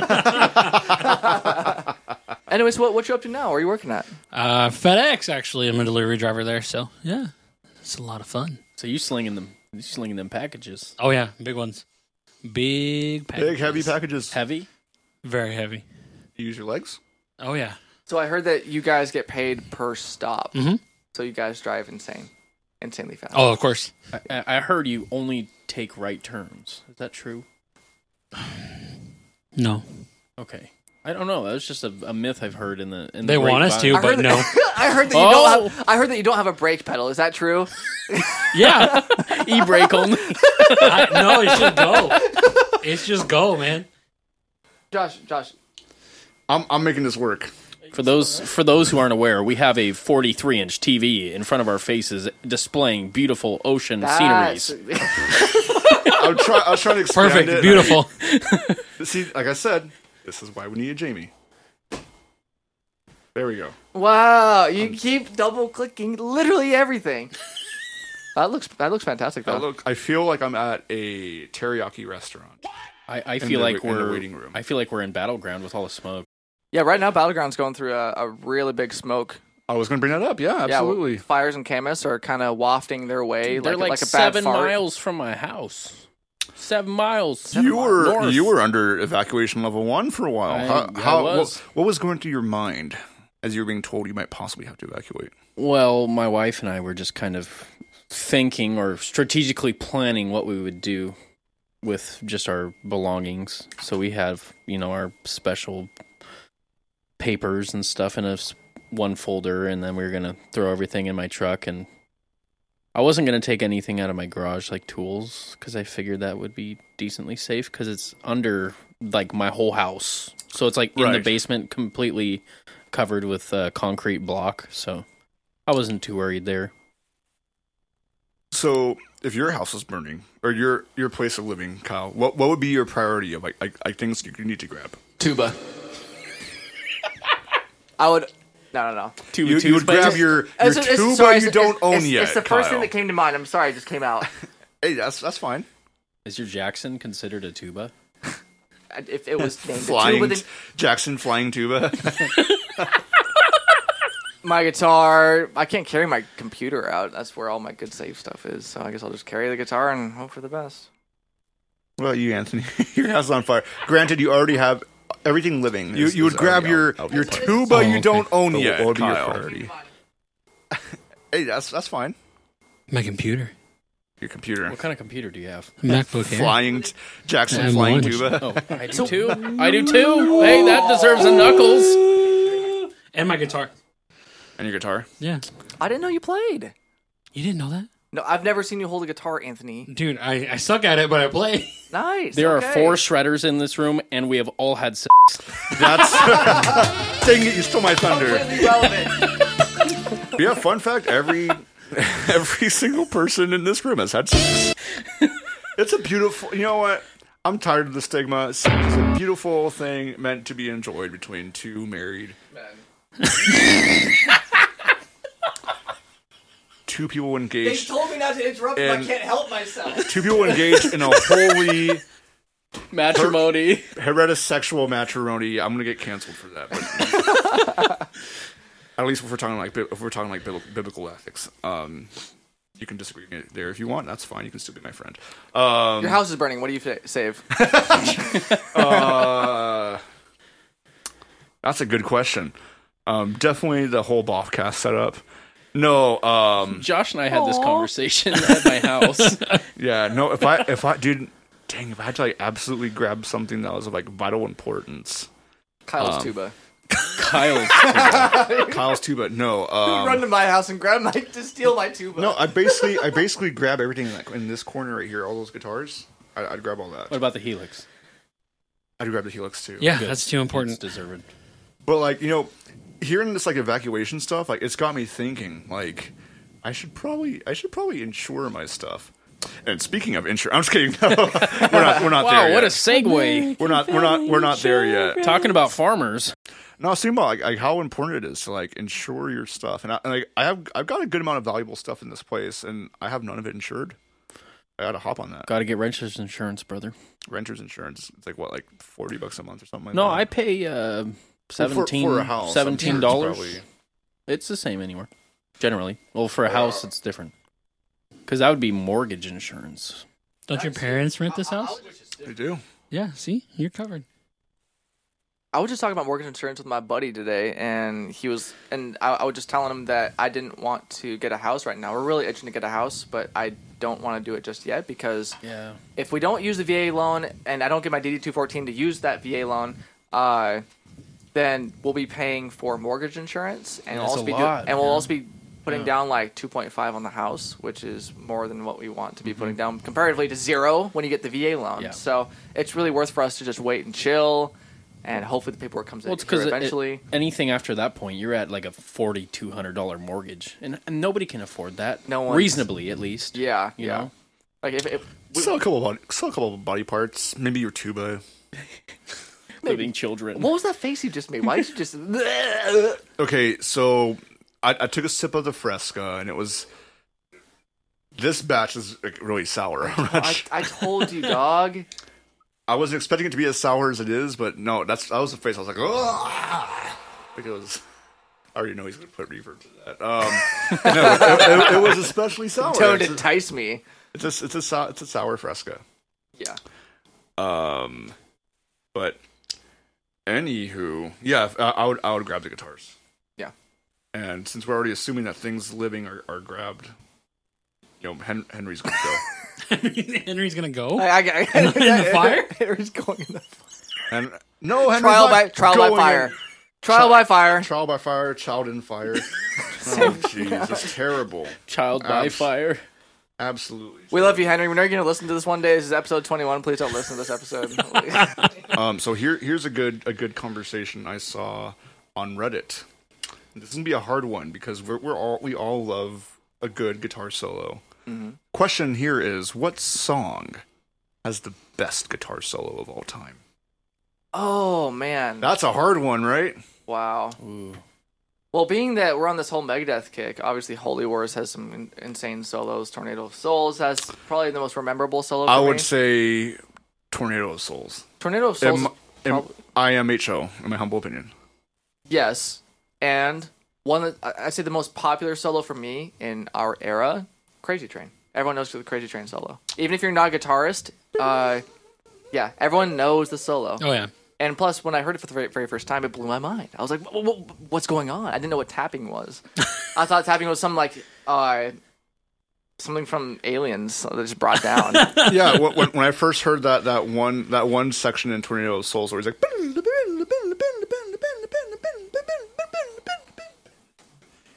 [SPEAKER 2] Anyways, what what you up to now? Where are you working at?
[SPEAKER 4] Uh, FedEx, actually, I'm a delivery driver there, so yeah, it's a lot of fun.
[SPEAKER 3] So you slinging them, you slinging them packages
[SPEAKER 4] Oh yeah, big ones, big packages.
[SPEAKER 1] Big heavy packages.
[SPEAKER 3] heavy?
[SPEAKER 4] very heavy.
[SPEAKER 1] You use your legs.
[SPEAKER 4] Oh yeah,
[SPEAKER 2] So I heard that you guys get paid per stop.
[SPEAKER 4] Mhm.
[SPEAKER 2] So you guys drive insane, insanely fast.
[SPEAKER 4] oh of course.
[SPEAKER 3] I, I I heard you only take right turns. Is that true?
[SPEAKER 4] No,
[SPEAKER 3] Okay, I don't know. That was just a, a myth I've heard in the. In
[SPEAKER 4] they
[SPEAKER 3] the
[SPEAKER 4] want us to,
[SPEAKER 3] grapevine.
[SPEAKER 4] but no.
[SPEAKER 2] I heard that you
[SPEAKER 3] Oh.
[SPEAKER 2] don't have. I heard that you don't have a brake pedal. Is that true?
[SPEAKER 4] yeah,
[SPEAKER 3] E-brake only.
[SPEAKER 4] I, no, it's just go. It's just go, man.
[SPEAKER 2] Josh, Josh,
[SPEAKER 1] I'm I'm making this work.
[SPEAKER 3] For those for those who aren't aware, we have a 43 inch TV in front of our faces, displaying beautiful ocean
[SPEAKER 2] that's-
[SPEAKER 3] sceneries.
[SPEAKER 1] I'm try, I was trying to expand
[SPEAKER 4] Perfect,
[SPEAKER 1] it.
[SPEAKER 4] beautiful.
[SPEAKER 1] See, like I said, this is why we need a Jamie. There we go.
[SPEAKER 2] Wow, you keep double clicking literally everything. that looks that looks fantastic though.
[SPEAKER 1] I look, I feel like I'm at a teriyaki restaurant.
[SPEAKER 3] I, I feel
[SPEAKER 1] the-
[SPEAKER 3] like
[SPEAKER 1] in the
[SPEAKER 3] we're
[SPEAKER 1] waiting room.
[SPEAKER 3] I feel like we're in battleground with all the smoke.
[SPEAKER 2] yeah, right now Battleground's going through a, a really big smoke.
[SPEAKER 1] I was going to bring that up. Yeah,
[SPEAKER 2] Yeah,
[SPEAKER 1] absolutely.
[SPEAKER 2] fires and chemists are kind of wafting their way
[SPEAKER 3] They're
[SPEAKER 2] like,
[SPEAKER 3] like,
[SPEAKER 2] like, a
[SPEAKER 3] seven
[SPEAKER 2] bad fart.
[SPEAKER 3] miles from my house. Seven miles.
[SPEAKER 1] you were
[SPEAKER 3] north.
[SPEAKER 1] you were under evacuation level one for a while.
[SPEAKER 3] I-
[SPEAKER 1] how,
[SPEAKER 3] I
[SPEAKER 1] how-
[SPEAKER 3] was.
[SPEAKER 1] What, what was going through your mind as you were being told you might possibly have to evacuate?
[SPEAKER 3] Well, my wife and I were just kind of thinking or strategically planning what we would do with just our belongings. So we have, you know, our special papers and stuff in a s- one folder, and then we were gonna throw everything in my truck. And I wasn't gonna take anything out of my garage, like tools, because I figured that would be decently safe because it's under like my whole house, so it's like in the
[SPEAKER 1] Right.
[SPEAKER 3] basement, completely covered with uh, concrete block. So. I wasn't too worried there.
[SPEAKER 1] So, if your house was burning or your your place of living, Kyle, what what would be your priority of like like, like things you need to grab?
[SPEAKER 2] Tuba. I would. No, no, no.
[SPEAKER 3] Two,
[SPEAKER 1] You, you would grab your, your
[SPEAKER 2] It's- it's-
[SPEAKER 1] tuba
[SPEAKER 2] sorry,
[SPEAKER 1] you
[SPEAKER 2] it's-
[SPEAKER 1] don't
[SPEAKER 2] it's-
[SPEAKER 1] own
[SPEAKER 2] it's,
[SPEAKER 1] yet.
[SPEAKER 2] It's the first
[SPEAKER 1] Kyle.
[SPEAKER 2] thing that came to mind. I'm sorry, it just came out.
[SPEAKER 1] Hey, that's that's fine.
[SPEAKER 3] Is your Jackson considered a tuba?
[SPEAKER 2] if it was named a
[SPEAKER 1] Flying
[SPEAKER 2] tuba, then
[SPEAKER 1] t- Jackson flying tuba.
[SPEAKER 2] my guitar. I can't carry my computer out. That's where all my good save stuff is. So I guess I'll just carry the guitar and hope for the best.
[SPEAKER 1] What about you, Anthony? Your house is on fire. Granted, you already have everything living. You,
[SPEAKER 6] is-
[SPEAKER 1] you would
[SPEAKER 6] is
[SPEAKER 1] grab
[SPEAKER 6] already
[SPEAKER 1] your
[SPEAKER 6] out- out
[SPEAKER 1] your
[SPEAKER 6] of the
[SPEAKER 1] tuba
[SPEAKER 4] Oh,
[SPEAKER 1] you
[SPEAKER 4] okay.
[SPEAKER 1] don't own
[SPEAKER 6] But
[SPEAKER 1] yet.
[SPEAKER 6] what would be your
[SPEAKER 1] Kyle.
[SPEAKER 6] priority?
[SPEAKER 1] Hey, that's that's fine.
[SPEAKER 4] My computer,
[SPEAKER 1] Your computer
[SPEAKER 3] What kind of computer do you have?
[SPEAKER 4] MacBook Air.
[SPEAKER 1] flying t- Jackson
[SPEAKER 4] And
[SPEAKER 1] flying
[SPEAKER 4] lunch.
[SPEAKER 1] tuba.
[SPEAKER 3] Oh, I do too. I do too. Hey, that deserves a knuckles.
[SPEAKER 4] and my guitar.
[SPEAKER 1] And your guitar.
[SPEAKER 4] Yeah,
[SPEAKER 2] I didn't know you played.
[SPEAKER 4] you didn't know that,
[SPEAKER 2] No, I've never seen you hold a guitar, Anthony.
[SPEAKER 4] dude. I, I suck at it, but I play.
[SPEAKER 2] Nice.
[SPEAKER 3] There
[SPEAKER 2] okay.
[SPEAKER 3] are four shredders in this room, and we have all had sex.
[SPEAKER 1] That's dang it! You stole my thunder.
[SPEAKER 2] Completely relevant.
[SPEAKER 1] Yeah. Fun fact: every every single person in this room has had sex. It's a beautiful. You know what? I'm tired of the stigma. Sex is a beautiful thing meant to be enjoyed between two married two people
[SPEAKER 5] They
[SPEAKER 1] engaged.
[SPEAKER 5] told me not to interrupt him. I
[SPEAKER 1] And-
[SPEAKER 5] can't help myself.
[SPEAKER 1] Two people engaged in a holy
[SPEAKER 3] Matrimony.
[SPEAKER 1] heredisexual matrimony. I'm gonna get canceled for that. But at least if we're talking like bi- if we're talking like bibl- biblical ethics, um, you can disagree there if you want. That's fine. You can still be my friend. Um,
[SPEAKER 2] Your house is burning. What do you fa- save?
[SPEAKER 1] uh, that's a good question. Um, definitely the whole Bobcast setup. No, um,
[SPEAKER 3] Josh and I had this conversation at my house.
[SPEAKER 1] yeah, no. If I if I dude, dang, if I had to like absolutely grab something that was of like vital importance, Um,
[SPEAKER 2] Kyle's tuba.
[SPEAKER 3] Kyle.
[SPEAKER 1] Kyle's too, but no. Um,
[SPEAKER 5] Run to my house and grab my to steal my tuba.
[SPEAKER 1] No, I basically I basically grab everything in, that, in this corner right here, all those guitars. I, I'd grab all
[SPEAKER 3] What
[SPEAKER 1] that.
[SPEAKER 3] about the Helix?
[SPEAKER 1] I'd grab the Helix too.
[SPEAKER 4] Yeah, that's too
[SPEAKER 3] It's
[SPEAKER 4] important.
[SPEAKER 3] deserved.
[SPEAKER 1] But like you know, hearing this like evacuation stuff, like it's got me thinking. Like I should probably I should probably insure my stuff. And speaking of insure, I'm just kidding. No, we're not we're not
[SPEAKER 3] Wow,
[SPEAKER 1] there
[SPEAKER 3] what a
[SPEAKER 1] yet.
[SPEAKER 3] segue.
[SPEAKER 1] we're not we're not we're not there yet.
[SPEAKER 3] Talking about farmers.
[SPEAKER 1] No, I was thinking about like, like how important it is to like insure your stuff, and, I, and like I have I've got a good amount of valuable stuff in this place, and I have none of it insured. I got to hop on that.
[SPEAKER 3] Got to get renter's insurance, brother.
[SPEAKER 1] Renter's insurance, it's like what, like forty bucks a month or something. Like
[SPEAKER 3] No,
[SPEAKER 1] that?
[SPEAKER 3] I pay uh,
[SPEAKER 1] Well, for-
[SPEAKER 3] 17
[SPEAKER 1] for a house, I'm sure
[SPEAKER 3] $17.
[SPEAKER 1] it's
[SPEAKER 3] dollars.
[SPEAKER 1] probably-
[SPEAKER 3] It's the same anywhere, generally. Well, for a house, it's different. Because that would be mortgage insurance.
[SPEAKER 4] Don't your parents rent this house?
[SPEAKER 1] They do.
[SPEAKER 4] Yeah, see? You're covered.
[SPEAKER 2] I was just talking about mortgage insurance with my buddy today, and he was, and I, I was just telling him that I didn't want to get a house right now. We're really itching to get a house, but I don't want to do it just yet because
[SPEAKER 3] Yeah.
[SPEAKER 2] if we don't use the VA loan and I don't get my DD two fourteen to use that VA loan, uh, then we'll be paying for mortgage insurance and we'll
[SPEAKER 3] That's
[SPEAKER 2] also
[SPEAKER 3] a
[SPEAKER 2] be do-
[SPEAKER 3] lot,
[SPEAKER 2] and we'll
[SPEAKER 3] yeah.
[SPEAKER 2] also be putting
[SPEAKER 3] Yeah.
[SPEAKER 2] down like two point five on the house, which is more than what we want to be putting down comparatively to zero when you get the VA loan.
[SPEAKER 3] Mm-hmm. Yeah.
[SPEAKER 2] So it's really worth for us to just wait and chill, and hopefully the paperwork comes
[SPEAKER 3] Well,
[SPEAKER 2] in
[SPEAKER 3] it's
[SPEAKER 2] here
[SPEAKER 3] because
[SPEAKER 2] eventually.
[SPEAKER 3] anything after that point, you're at like a forty two hundred dollar mortgage, and, and nobody can afford that.
[SPEAKER 2] No one's-
[SPEAKER 3] reasonably at least.
[SPEAKER 2] yeah,
[SPEAKER 3] you
[SPEAKER 2] yeah.
[SPEAKER 3] know.
[SPEAKER 2] Like if, if we,
[SPEAKER 1] Sell a couple of body, sell a couple of body parts. Maybe your tuba.
[SPEAKER 3] including children.
[SPEAKER 2] what was that face you just made? Why did you just?
[SPEAKER 1] Okay, so I, I took a sip of the Fresca, and it was. This batch is like, really sour. I'm not
[SPEAKER 2] I,
[SPEAKER 1] sure-
[SPEAKER 2] I told you, dog.
[SPEAKER 1] I wasn't expecting it to be as sour as it is, but no, that's that was the face. I was like, oh, because I already know he's gonna put reverb to that. Um, no, it, it- it was especially sour.
[SPEAKER 2] Don't
[SPEAKER 1] It's a,
[SPEAKER 2] entice me.
[SPEAKER 1] it's a it's a sou- it's a sour Fresca.
[SPEAKER 2] Yeah.
[SPEAKER 1] Um, but anywho, yeah, I, I would I would grab the guitars.
[SPEAKER 2] Yeah.
[SPEAKER 1] And since we're already assuming that things living are, are grabbed, you know, Hen- Henry's gonna go.
[SPEAKER 4] Henry's gonna go.
[SPEAKER 2] I, I, I,
[SPEAKER 4] In the fire?
[SPEAKER 2] Henry's going in the
[SPEAKER 1] and no, Henry's
[SPEAKER 2] trial
[SPEAKER 1] not
[SPEAKER 2] by trial by
[SPEAKER 1] going
[SPEAKER 2] fire.
[SPEAKER 1] in-
[SPEAKER 2] Trial by fire.
[SPEAKER 1] Trial by fire, child in fire. oh, jeez, that's terrible.
[SPEAKER 3] Child by
[SPEAKER 1] Abs-
[SPEAKER 3] fire.
[SPEAKER 1] Absolutely.
[SPEAKER 2] We love you, Henry. We know you're gonna listen to this one day. This is episode 21. Please don't listen to this episode.
[SPEAKER 1] Um, so here, here's a good a good conversation I saw on Reddit. This is gonna be a hard one because we're, we're all we all love a good guitar solo. Question here is, what song has the best guitar solo of all time?
[SPEAKER 2] oh man,
[SPEAKER 1] That's a hard one, right?
[SPEAKER 2] wow.
[SPEAKER 3] Ooh.
[SPEAKER 2] Well, being that we're on this whole Megadeth kick, obviously Holy Wars has some in- insane solos. Tornado of Souls has probably the most memorable solo. For
[SPEAKER 1] I would
[SPEAKER 2] me.
[SPEAKER 1] say Tornado of Souls.
[SPEAKER 2] Tornado of Souls.
[SPEAKER 1] M- M-
[SPEAKER 2] prob-
[SPEAKER 1] IMHO, in my humble opinion.
[SPEAKER 2] yes, and one that I- I'd say the most popular solo for me in our era, Crazy Train. Everyone knows the Crazy Train solo. Even if you're not a guitarist, uh, yeah, everyone knows the solo.
[SPEAKER 4] Oh yeah.
[SPEAKER 2] And plus, when I heard it for the very, very first time, it blew my mind. I was like, "Wha- wha- "What's going on?" I didn't know what tapping was. I thought tapping was some like uh, something from Aliens that just brought down.
[SPEAKER 1] yeah, when, when- when I first heard that that one that one section in Tornado of Souls where he's like,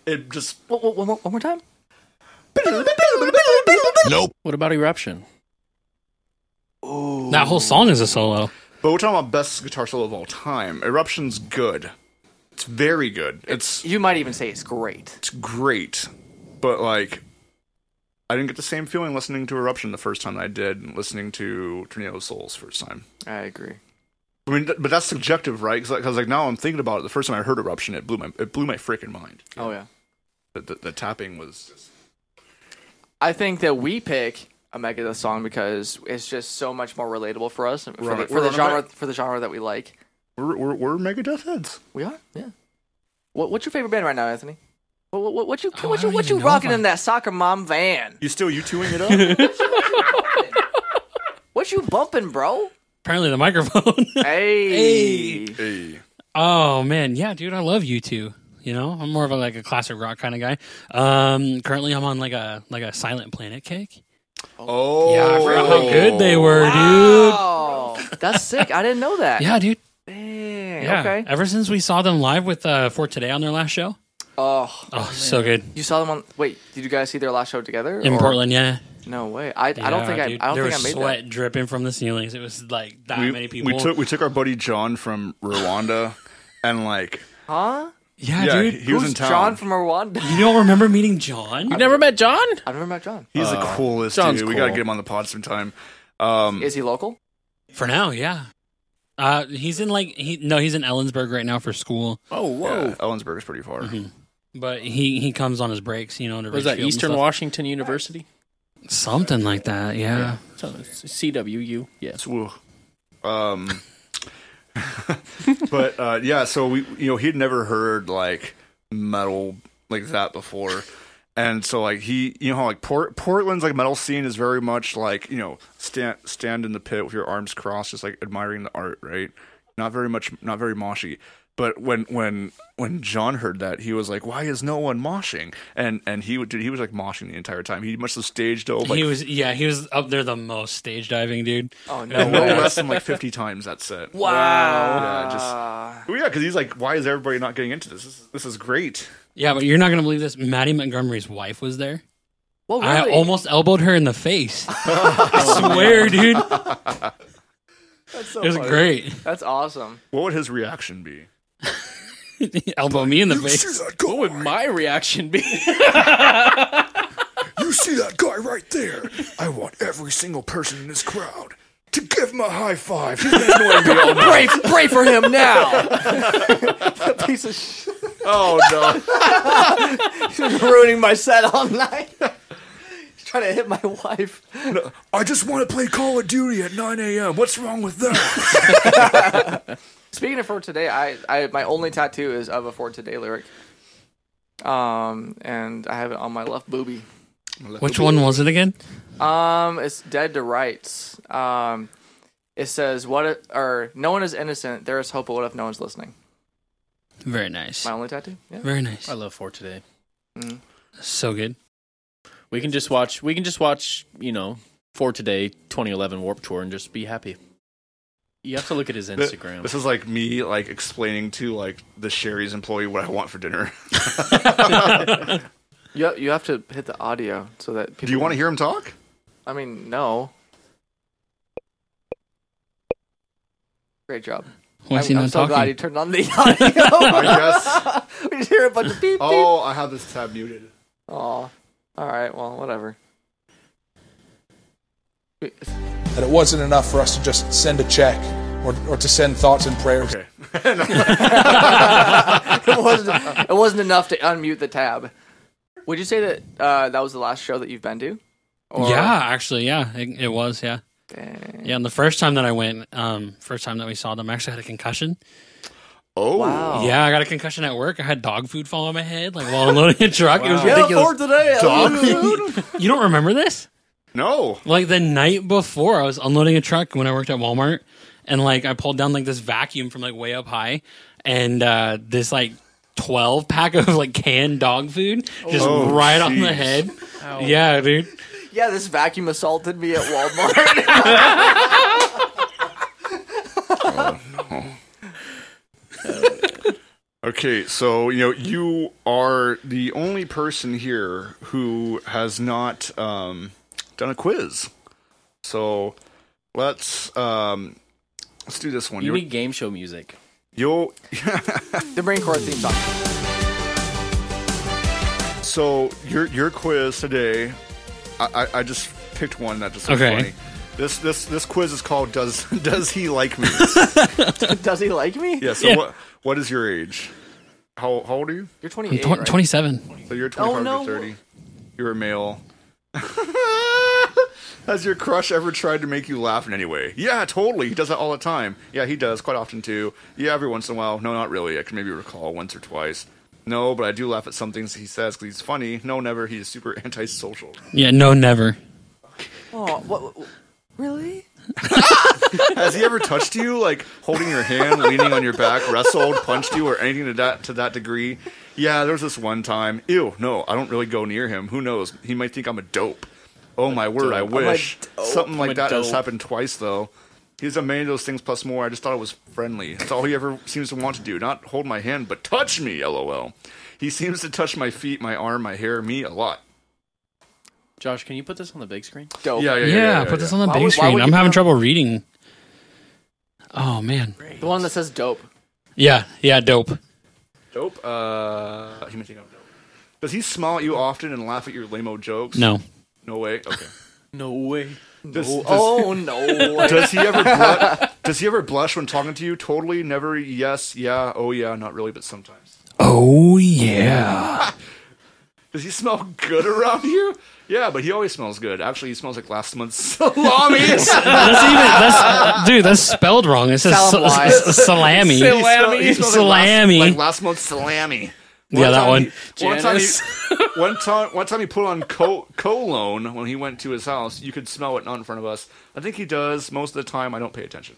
[SPEAKER 1] it just
[SPEAKER 2] Wha- wha- one, more- one more time.
[SPEAKER 3] What about eruption?
[SPEAKER 4] That whole song is a solo.
[SPEAKER 1] But we're talking about best guitar solo of all time. Eruption's good. It's very good. It's
[SPEAKER 2] You might even say it's great.
[SPEAKER 1] it's great. But like I didn't get the same feeling listening to Eruption the first time I did listening to Tornado of Souls first time.
[SPEAKER 2] I agree.
[SPEAKER 1] I mean, th- but that's subjective, right? Because like now I'm thinking about it. The first time I heard Eruption, it blew my it blew my freaking mind.
[SPEAKER 2] Oh yeah.
[SPEAKER 1] The, the, the tapping was
[SPEAKER 2] I think that we pick a Megadeth song because it's just so much more relatable for us and for,
[SPEAKER 1] We're on
[SPEAKER 2] the,
[SPEAKER 1] it.
[SPEAKER 2] for
[SPEAKER 1] We're
[SPEAKER 2] the
[SPEAKER 1] on it,
[SPEAKER 2] genre
[SPEAKER 1] right?
[SPEAKER 2] for the genre that we like.
[SPEAKER 1] we're we're, we're Megadeth heads.
[SPEAKER 2] We are. Yeah. What, what's your favorite band right now, Anthony? What, what, what you
[SPEAKER 4] I
[SPEAKER 2] what you
[SPEAKER 4] don't
[SPEAKER 2] what
[SPEAKER 4] even
[SPEAKER 2] you
[SPEAKER 4] know if
[SPEAKER 2] rocking
[SPEAKER 4] I-
[SPEAKER 2] in that soccer mom van?
[SPEAKER 1] You still you twoing it up?
[SPEAKER 2] What you bumping, bro?
[SPEAKER 4] Apparently the microphone.
[SPEAKER 2] Hey.
[SPEAKER 1] hey,
[SPEAKER 4] oh man, yeah, dude, I love you two. You know, I'm more of a, like a classic rock kind of guy. Um, currently, I'm on like a like a Silent Planet cake.
[SPEAKER 1] oh
[SPEAKER 4] Yeah, I forgot how good they were,
[SPEAKER 2] Wow. That's sick. I didn't know that.
[SPEAKER 4] dude. Oh. Yeah, dude.
[SPEAKER 2] Dang.
[SPEAKER 4] Yeah.
[SPEAKER 2] Okay.
[SPEAKER 4] Ever since we saw them live with uh, for today on their last show,
[SPEAKER 2] Oh,
[SPEAKER 4] oh, so good
[SPEAKER 2] you saw them on. Wait, did you guys see their last show together?
[SPEAKER 4] in
[SPEAKER 2] or-
[SPEAKER 4] Portland. Yeah,
[SPEAKER 2] No way. I, I don't
[SPEAKER 4] Yeah,
[SPEAKER 2] think I.
[SPEAKER 4] dude.
[SPEAKER 2] I
[SPEAKER 4] there
[SPEAKER 2] don't think I
[SPEAKER 4] was
[SPEAKER 2] made
[SPEAKER 4] sweat
[SPEAKER 2] that.
[SPEAKER 4] dripping from the ceilings. It was like that
[SPEAKER 1] We,
[SPEAKER 4] many people.
[SPEAKER 1] we took we took our buddy John from Rwanda, and like
[SPEAKER 2] Huh?
[SPEAKER 4] yeah,
[SPEAKER 1] yeah,
[SPEAKER 4] dude.
[SPEAKER 1] he was
[SPEAKER 2] Who's
[SPEAKER 1] in town.
[SPEAKER 2] John from Rwanda?
[SPEAKER 4] you don't remember meeting John?
[SPEAKER 3] You never met John?
[SPEAKER 2] I've never met John.
[SPEAKER 1] He's the coolest
[SPEAKER 3] John's
[SPEAKER 1] dude. We gotta
[SPEAKER 3] cool.
[SPEAKER 1] get him on the pod sometime. Um,
[SPEAKER 2] Is he local?
[SPEAKER 4] For now, yeah. Uh, he's in like he no, he's in Ellensburg right now for school,
[SPEAKER 3] Oh, whoa.
[SPEAKER 1] yeah, Ellensburg's pretty far.
[SPEAKER 4] but he he comes on his breaks, you know. To
[SPEAKER 3] Was that
[SPEAKER 4] Richfield and
[SPEAKER 3] Eastern
[SPEAKER 4] stuff.
[SPEAKER 3] Washington University?
[SPEAKER 4] Something like that, yeah.
[SPEAKER 3] So it's CWU. Yeah.
[SPEAKER 1] Swoo. Um, but uh, yeah, so we, you know, he'd never heard like metal like that before, and so like he, you know, how like Port- Portland's like metal scene is very much like you know stand stand in the pit with your arms crossed, just like admiring the art, right? Not very much, not very moshy. But when when when John heard that, he was like, "Why is no one moshing?" And and he would, dude, he was like moshing the entire time. He must have staged over like
[SPEAKER 4] he was, yeah, he was up there the most stage diving, dude.
[SPEAKER 2] Oh
[SPEAKER 1] no
[SPEAKER 2] no! way.
[SPEAKER 1] less than like 50 times that set. Wow. Yeah, just,
[SPEAKER 2] Uh,
[SPEAKER 1] well, yeah, because he's like, why is everybody not getting into this? This is, this is great.
[SPEAKER 4] Yeah, but you're not gonna believe this. Maddie Montgomery's wife was there.
[SPEAKER 2] well,
[SPEAKER 4] I
[SPEAKER 2] really?
[SPEAKER 4] almost elbowed her in the face. I swear, dude. It
[SPEAKER 2] That's so
[SPEAKER 4] was
[SPEAKER 2] funny.
[SPEAKER 4] great.
[SPEAKER 2] That's awesome.
[SPEAKER 1] What would his reaction be?
[SPEAKER 4] Elbow me in the face.
[SPEAKER 1] that guy?
[SPEAKER 3] What would my reaction be?
[SPEAKER 1] You see that guy right there? I want every single person in this crowd to give him a high five. He's been annoying me all night.
[SPEAKER 2] Pray, pray for him now. Piece of shit.
[SPEAKER 1] Oh, no.
[SPEAKER 2] ruining my set all night. He's trying to hit my wife.
[SPEAKER 1] I just want to play Call of Duty at 9 a.m. What's wrong with that?
[SPEAKER 2] Speaking of for today, I, I my only tattoo is of a for today lyric. Um, and I have it on my left boobie.
[SPEAKER 4] Which one was it again?
[SPEAKER 2] Um, it's dead to rights. Um, it says what if, or no one is innocent. There is hope, but what if no one's listening?
[SPEAKER 4] Very nice.
[SPEAKER 2] My only tattoo. Yeah.
[SPEAKER 4] Very nice.
[SPEAKER 3] I love for today.
[SPEAKER 4] So good.
[SPEAKER 3] We can just watch. We can just watch. You know, for today, 2011 Warp Tour, and just be happy. You have to look at his Instagram.
[SPEAKER 1] This is like me, like, explaining to, like, the Sherry's employee what I want for dinner.
[SPEAKER 2] You you have to hit the audio so that people.
[SPEAKER 1] Do you want to hear him talk?
[SPEAKER 2] I mean, no. Great job.
[SPEAKER 4] Why is he
[SPEAKER 2] I'm, I'm
[SPEAKER 4] not
[SPEAKER 2] so glad you
[SPEAKER 4] talking?
[SPEAKER 2] turned on the audio.
[SPEAKER 1] I guess.
[SPEAKER 2] we just hear a bunch of beep beep. Oh.
[SPEAKER 1] Oh, I have this tab muted.
[SPEAKER 2] all right. Well, whatever. We-
[SPEAKER 6] that it wasn't enough for us to just send a check or, or to send thoughts and prayers.
[SPEAKER 1] Okay.
[SPEAKER 2] it wasn't it wasn't enough to unmute the tab. Would you say that uh, that was the last show that you've been to? Or-
[SPEAKER 4] Yeah, actually, yeah, it, it was. Yeah, yeah. And the first time that I went, um, first time that we saw them, I actually had a concussion.
[SPEAKER 1] Oh.
[SPEAKER 2] Wow.
[SPEAKER 4] Yeah, I got a concussion at work. I had dog food fall on my head, like while unloading a truck. It was
[SPEAKER 2] Yeah,
[SPEAKER 4] ridiculous.
[SPEAKER 2] for today.
[SPEAKER 1] Dog food?
[SPEAKER 4] You don't remember this?
[SPEAKER 1] No.
[SPEAKER 4] Like the night before, I was unloading a truck when I worked at Walmart, and like I pulled down like this vacuum from like way up high, and uh, this like twelve pack of like canned dog food just
[SPEAKER 1] Oh,
[SPEAKER 4] right on the
[SPEAKER 1] jeez.
[SPEAKER 4] head. Yeah, dude.
[SPEAKER 2] Yeah, this vacuum assaulted me at Walmart.
[SPEAKER 1] Okay, so you know you are the only person here who has not um, done a quiz. So let's um, let's do this one.
[SPEAKER 3] You
[SPEAKER 1] You
[SPEAKER 3] need game show music.
[SPEAKER 1] will
[SPEAKER 2] the Marine Corps theme song.
[SPEAKER 1] so your your quiz today. I, I, I just picked one that just was
[SPEAKER 4] Okay.
[SPEAKER 1] funny. This this this quiz is called "Does Does He Like Me?"
[SPEAKER 2] Does he like me?
[SPEAKER 1] yeah. So what what is your age? How how old are you?
[SPEAKER 2] You're 28.
[SPEAKER 4] Tw-
[SPEAKER 2] right?
[SPEAKER 4] Twenty-seven.
[SPEAKER 1] So you're 25
[SPEAKER 2] Oh, no.
[SPEAKER 1] to 30. You're a male. Has your crush ever tried to make you laugh in any way? Yeah, totally. He does that all the time. Yeah, he does quite often too. Yeah, every once in a while. No, not really. I can maybe recall once or twice. No, but I do laugh at some things he says because he's funny. No, never. He's super antisocial.
[SPEAKER 4] Yeah, no, never.
[SPEAKER 2] Oh, what, what- really?
[SPEAKER 1] Has he ever touched you, like holding your hand, leaning on your back, wrestled, punched you, or anything to that to that degree? Yeah, there was this one time. Ew, no, I don't really go near him. Who knows? He might think I'm a dope. Oh my word, I wish
[SPEAKER 2] dope.
[SPEAKER 1] something like
[SPEAKER 3] I'm a
[SPEAKER 1] that has
[SPEAKER 3] dope.
[SPEAKER 1] happened twice though. He's a man of those things plus more. I just thought it was friendly. That's all he ever seems to want to do. Not hold my hand, but touch me. LOL. He seems to touch my feet, my arm, my hair, me a lot.
[SPEAKER 3] Josh, can you put this on the big screen?
[SPEAKER 2] Dope.
[SPEAKER 1] Yeah, yeah,
[SPEAKER 4] Yeah,
[SPEAKER 1] yeah. yeah,
[SPEAKER 4] put
[SPEAKER 1] yeah.
[SPEAKER 4] this on the
[SPEAKER 2] Why
[SPEAKER 4] big
[SPEAKER 2] would- why
[SPEAKER 4] screen.
[SPEAKER 2] would
[SPEAKER 4] I'm
[SPEAKER 2] you
[SPEAKER 4] having
[SPEAKER 2] put
[SPEAKER 4] trouble reading. Oh man.
[SPEAKER 2] The one that says dope.
[SPEAKER 4] Yeah, yeah, dope.
[SPEAKER 1] Dope. Uh, he might think I'm dope. Does he smile at you often and laugh at your lame jokes?
[SPEAKER 4] No.
[SPEAKER 1] No way. Okay.
[SPEAKER 3] No way.
[SPEAKER 1] Does, does,
[SPEAKER 2] Oh, no.
[SPEAKER 1] does he ever blu- does he ever blush when talking to you? Totally, never. Yes, yeah, oh yeah, not really, but sometimes.
[SPEAKER 4] Oh yeah.
[SPEAKER 1] Does he smell good around here? Yeah, but he always smells good. Actually, he smells like last month's salamis.
[SPEAKER 4] That's even that's dude. That's spelled wrong. It says sal-
[SPEAKER 2] Salami.
[SPEAKER 4] s- salami.
[SPEAKER 1] He smell- he smells like last-
[SPEAKER 4] Salami.
[SPEAKER 1] Like last, month's salami.
[SPEAKER 4] Yeah, that
[SPEAKER 1] time
[SPEAKER 4] one.
[SPEAKER 1] He, one time, he, one time, one time he put on co- cologne when he went to his house. You could smell it not in front of us. I think he does most of the time. I don't pay attention.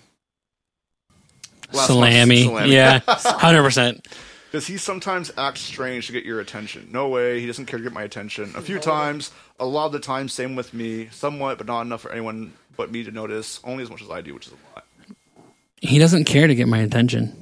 [SPEAKER 1] Last month's
[SPEAKER 4] Salami. Yeah, hundred percent.
[SPEAKER 1] Does he sometimes act strange to get your attention? No way. He doesn't care to get my attention. A few times, a lot of the time, same with me. Somewhat, but not enough for anyone but me to notice. Only as much as I do, which is a lot.
[SPEAKER 4] He doesn't care to get my attention.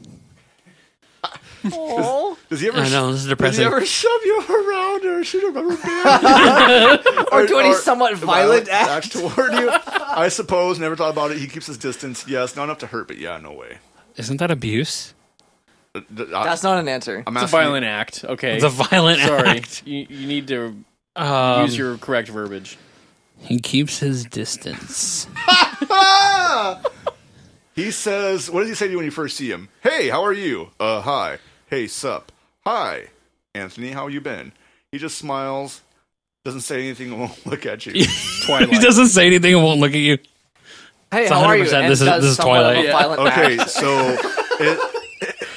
[SPEAKER 1] Does he ever?
[SPEAKER 4] I know, this is depressing.
[SPEAKER 1] Does he ever shove you around or shoot a rubber band?
[SPEAKER 2] Or do any somewhat violent act?
[SPEAKER 1] acts toward you? I suppose. Never thought about it. He keeps his distance. Yes, not enough to hurt, but yeah, no way.
[SPEAKER 4] Isn't that abuse?
[SPEAKER 1] Th- th-
[SPEAKER 2] That's not an answer.
[SPEAKER 1] I'm
[SPEAKER 3] It's a
[SPEAKER 1] asking-
[SPEAKER 3] violent act. Okay.
[SPEAKER 4] It's a violent
[SPEAKER 3] Sorry.
[SPEAKER 4] act.
[SPEAKER 3] You, you need to
[SPEAKER 4] Um,
[SPEAKER 3] use your correct verbiage.
[SPEAKER 4] he keeps his distance.
[SPEAKER 1] He says, "What does he say to you when you first see him? Hey, how are you? Uh, hi. Hey, sup? Hi, Anthony. How you been?" He just smiles, doesn't say anything, and won't look at you.
[SPEAKER 3] Twilight.
[SPEAKER 4] he doesn't say anything and won't look at you.
[SPEAKER 2] Hey,
[SPEAKER 4] It's
[SPEAKER 2] how are you?
[SPEAKER 4] 100%
[SPEAKER 2] And
[SPEAKER 4] this is-
[SPEAKER 2] does
[SPEAKER 4] this is
[SPEAKER 2] somewhat of a
[SPEAKER 4] Twilight. Yeah.
[SPEAKER 2] violent
[SPEAKER 1] Okay,
[SPEAKER 2] act.
[SPEAKER 1] so it,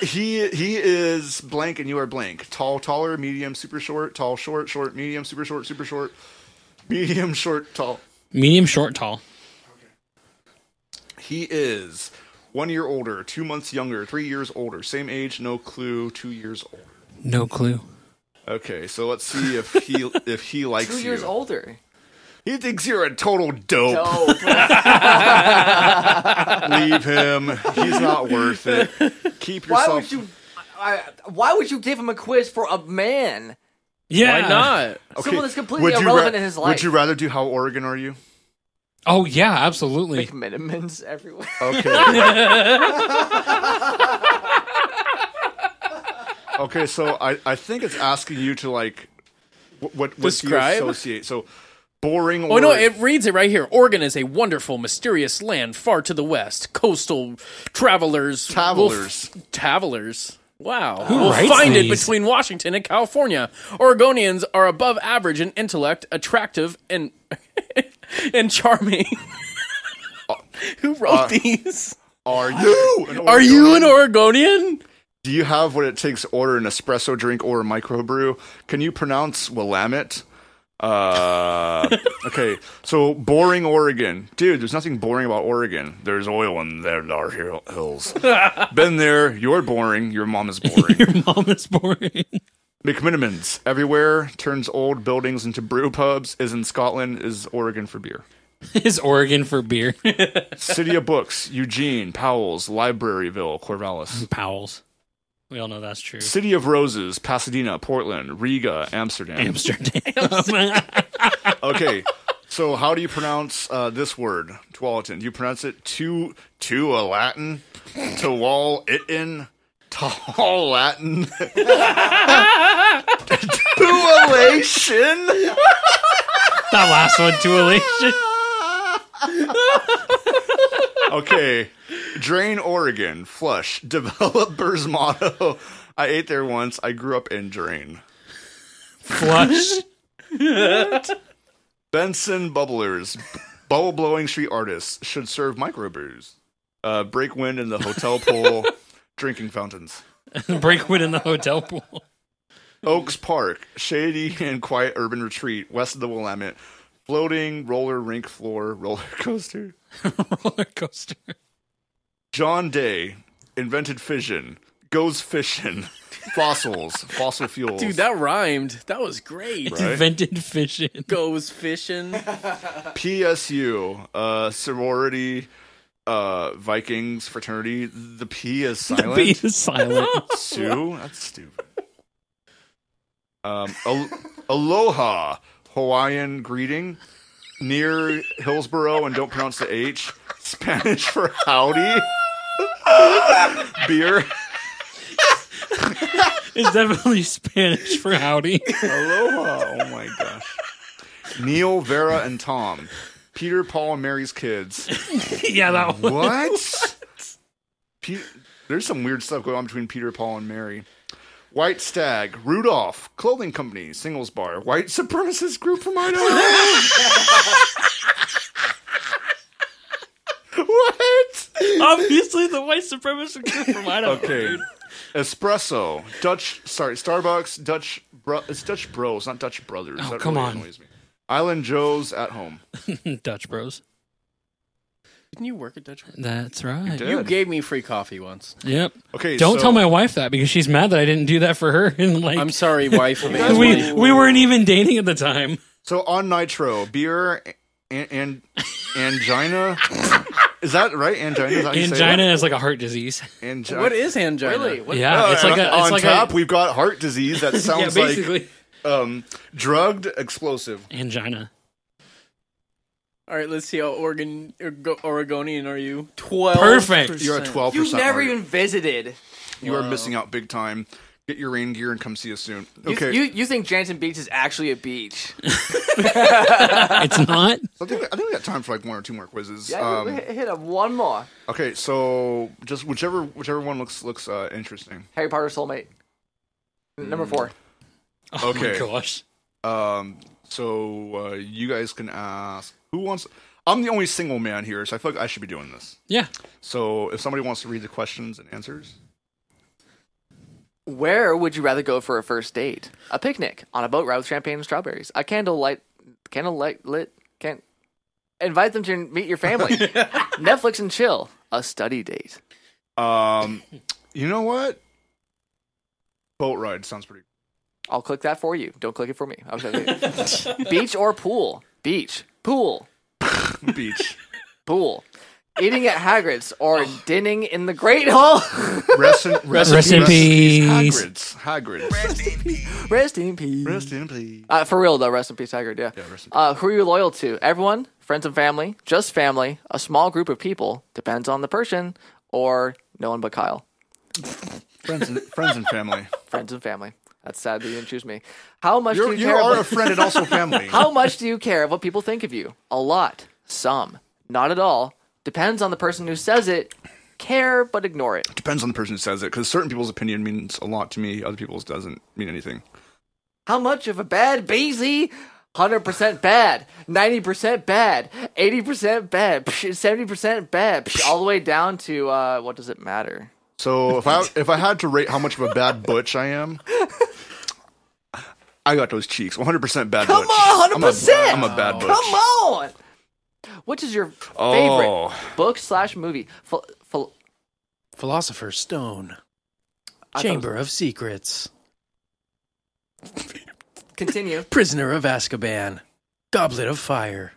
[SPEAKER 1] he he is blank and you are blank. Tall, taller, medium, super short, tall, short, short, medium, super short, super short, medium, short, tall.
[SPEAKER 4] Medium, short, tall.
[SPEAKER 1] He is one year older, two months younger, three years older, same age, no clue, two years older.
[SPEAKER 4] No clue.
[SPEAKER 1] Okay, so let's see if he if he likes
[SPEAKER 2] Two
[SPEAKER 1] you.
[SPEAKER 2] years older.
[SPEAKER 1] He thinks you're a total dope.
[SPEAKER 2] Oh,
[SPEAKER 1] Leave him. He's not worth it. Keep
[SPEAKER 2] why
[SPEAKER 1] yourself.
[SPEAKER 2] would you? I, I- why would you give him a quiz for a man?
[SPEAKER 4] Yeah.
[SPEAKER 3] Why not?
[SPEAKER 2] Someone that's completely
[SPEAKER 1] would you
[SPEAKER 2] irrelevant in his
[SPEAKER 1] Would
[SPEAKER 2] life.
[SPEAKER 1] you rather do how Oregon are you?
[SPEAKER 4] Oh yeah, absolutely.
[SPEAKER 2] Like minimums everywhere.
[SPEAKER 1] Okay. okay, so I, I think it's asking you to like what what, what do you
[SPEAKER 3] Describe?
[SPEAKER 1] associate? So boring.
[SPEAKER 3] Oh
[SPEAKER 1] or,
[SPEAKER 3] no, it reads it right here. Oregon is a wonderful, mysterious land far to the west. Coastal travelers, will f-
[SPEAKER 1] Travelers.
[SPEAKER 3] travelers. Wow,
[SPEAKER 4] Who
[SPEAKER 3] will
[SPEAKER 4] writes
[SPEAKER 3] find it
[SPEAKER 4] these?
[SPEAKER 3] between Washington and California. Oregonians are above average in intellect, attractive, and and charming. Who wrote these?
[SPEAKER 1] are you? an
[SPEAKER 3] Are you an
[SPEAKER 1] Uh, Oregonian?
[SPEAKER 3] Oregonian?
[SPEAKER 1] Do you have what it takes to order an espresso drink or a microbrew? Can you pronounce Willamette? Uh, okay, so boring Oregon, dude. There's nothing boring about Oregon. There's oil in there, our hill- hills. Been there. You're boring. Your mom is boring.
[SPEAKER 4] Your mom is boring.
[SPEAKER 1] McMinimans everywhere turns old buildings into brew pubs. Is in Scotland. Is Oregon for beer.
[SPEAKER 4] Is Oregon for beer?
[SPEAKER 1] City of books: Eugene, Powell's, Libraryville, Corvallis.
[SPEAKER 4] Powell's. We all know that's true.
[SPEAKER 1] City of roses: Pasadena, Portland, Riga, Amsterdam.
[SPEAKER 4] Amsterdam.
[SPEAKER 1] okay, so how do you pronounce uh, this word, Tualatin? Do you pronounce it to to a Latin, to wall it in, tall Latin, tualation?
[SPEAKER 4] that last one to elation.
[SPEAKER 1] okay. Drain Oregon, flush, developers motto. I ate there once. I grew up in Drain.
[SPEAKER 4] Flush.
[SPEAKER 1] Benson Bubblers, bubble blowing street artists should serve microbrews. Uh, break wind in the hotel pool, drinking fountains.
[SPEAKER 4] Breakwood in the hotel pool.
[SPEAKER 1] Oaks Park, shady and quiet urban retreat west of the Willamette. Floating roller rink floor roller coaster.
[SPEAKER 4] Roller coaster.
[SPEAKER 1] John Day invented fission. Goes fishing. Fossils. fossil fuels.
[SPEAKER 3] Dude, that rhymed. That was great.
[SPEAKER 1] Right.
[SPEAKER 4] Invented fishing.
[SPEAKER 3] Goes fishing.
[SPEAKER 1] PSU, uh, sorority, uh, Vikings fraternity. The P is silent.
[SPEAKER 4] Be silent.
[SPEAKER 1] Sue? That's stupid. Um, al- aloha, Hawaiian greeting near Hillsboro, and don't pronounce the H. Spanish for howdy. Beer.
[SPEAKER 4] It's definitely Spanish for howdy.
[SPEAKER 1] Aloha. Oh my gosh. Neil, Vera, and Tom. Peter, Paul, and Mary's kids.
[SPEAKER 4] yeah, that one.
[SPEAKER 1] What? Pe- There's some weird stuff going on between Peter, Paul, and Mary. White Stag, Rudolph, Clothing Company, Singles Bar, White Supremacist Group from Idaho. what?
[SPEAKER 4] Obviously, the white supremacist group from Idaho.
[SPEAKER 1] Okay. Espresso, Dutch, sorry, Starbucks, Dutch, bro, it's Dutch Bros, not Dutch Brothers.
[SPEAKER 4] Oh,
[SPEAKER 1] That
[SPEAKER 4] come
[SPEAKER 1] really
[SPEAKER 4] on.
[SPEAKER 1] annoys me. Island Joe's at home.
[SPEAKER 4] dude. Dutch Bros.
[SPEAKER 3] Didn't you work at Dutch?
[SPEAKER 4] That's right.
[SPEAKER 1] did.
[SPEAKER 3] You
[SPEAKER 1] Good.
[SPEAKER 3] gave me free coffee once.
[SPEAKER 4] Yep.
[SPEAKER 1] Okay,
[SPEAKER 4] Don't
[SPEAKER 1] so-
[SPEAKER 4] tell my wife that because she's mad that I didn't do that for her. And like,
[SPEAKER 3] I'm sorry, wife.
[SPEAKER 1] guys
[SPEAKER 4] we we weren't even dating at the time.
[SPEAKER 1] So on Nitro, beer and, and angina. Is that right? Angina. Is that how you say
[SPEAKER 4] Angina is like a heart disease.
[SPEAKER 1] it? Angi-
[SPEAKER 3] What is angina?
[SPEAKER 2] Really? What?
[SPEAKER 4] Yeah,
[SPEAKER 1] Uh,
[SPEAKER 4] it's like a it's
[SPEAKER 1] on
[SPEAKER 4] like
[SPEAKER 1] top,
[SPEAKER 4] a
[SPEAKER 1] we've got heart disease. That
[SPEAKER 4] yeah,
[SPEAKER 1] sounds
[SPEAKER 4] basically
[SPEAKER 1] like um, drugged explosive.
[SPEAKER 4] angina.
[SPEAKER 3] All right, let's see how Oregon Orgo- Oregonian are you? Twelve.
[SPEAKER 4] Perfect.
[SPEAKER 1] You're a twelve
[SPEAKER 2] You
[SPEAKER 1] percent.
[SPEAKER 2] never even visited.
[SPEAKER 1] You are missing out big time. Get your rain gear and come see us soon.
[SPEAKER 2] You,
[SPEAKER 1] Okay.
[SPEAKER 2] you, you think Jansen Beach is actually a beach?
[SPEAKER 4] It's not.
[SPEAKER 1] I, think, I think we got time for like one or two more quizzes.
[SPEAKER 2] Yeah,
[SPEAKER 1] um,
[SPEAKER 2] hit hit up one more.
[SPEAKER 1] okay, so just whichever whichever one looks looks uh, interesting.
[SPEAKER 2] Harry Potter soulmate. Number four.
[SPEAKER 4] Oh
[SPEAKER 1] Okay.
[SPEAKER 4] my gosh.
[SPEAKER 1] Um, so uh, you guys can ask who wants. I'm the only single man here, so I feel like I should be doing this.
[SPEAKER 4] Yeah.
[SPEAKER 1] So if somebody wants to read the questions and answers,
[SPEAKER 2] Where would you rather go for a first date? A picnic on a boat ride with champagne and strawberries. A candle light, candle light lit. Can invite them to meet your family. Netflix and chill. A study date.
[SPEAKER 1] um, you know what? Boat ride sounds pretty.
[SPEAKER 2] I'll click that for you. Don't click it for me. I was gonna- Beach or pool? Beach. Pool.
[SPEAKER 1] Beach,
[SPEAKER 2] Pool. Eating at Hagrid's or dinning in the Great Hall.
[SPEAKER 1] rest in, rest,
[SPEAKER 4] Rest in peace.
[SPEAKER 1] Hagrid's, Hagrid's,
[SPEAKER 2] Rest in peace.
[SPEAKER 1] rest in peace.
[SPEAKER 2] Uh, for real though, rest in peace, Hagrid. Yeah.
[SPEAKER 1] rest in
[SPEAKER 2] Uh, who are you loyal to? Everyone, friends and family, just family, a small group of people, depends on the person, or no one but Kyle.
[SPEAKER 1] Friends and friends and family.
[SPEAKER 2] Friends and family. That's sad that you didn't choose me. How much
[SPEAKER 1] You're,
[SPEAKER 2] do you
[SPEAKER 1] you
[SPEAKER 2] care?
[SPEAKER 1] are a
[SPEAKER 2] About,
[SPEAKER 1] friend and also family.
[SPEAKER 2] how much do you care of what people think of you? A lot. Some. Not at all. Depends on the person who says it. Care but ignore it.
[SPEAKER 1] Depends on the person who says it, because certain people's opinion means a lot to me. Other people's doesn't mean anything.
[SPEAKER 2] How much of a bad Basie? 100% bad, 90% bad, 80% bad, psh, 70% bad, psh, all the way down to uh, what does it matter?
[SPEAKER 1] So if I if I had to rate how much of a bad butch I am, I got those cheeks. 100 percent bad
[SPEAKER 2] Come
[SPEAKER 1] butch.
[SPEAKER 2] on,
[SPEAKER 1] I'm a-
[SPEAKER 2] 100%.
[SPEAKER 1] I'm a bad butch.
[SPEAKER 2] Come on! Which is your favorite
[SPEAKER 1] Oh.
[SPEAKER 2] book slash movie? Ph- ph-
[SPEAKER 3] Philosopher's Stone.
[SPEAKER 2] I thought it
[SPEAKER 3] Chamber of Secrets.
[SPEAKER 2] was- Continue.
[SPEAKER 3] Prisoner of Azkaban. Goblet of Fire.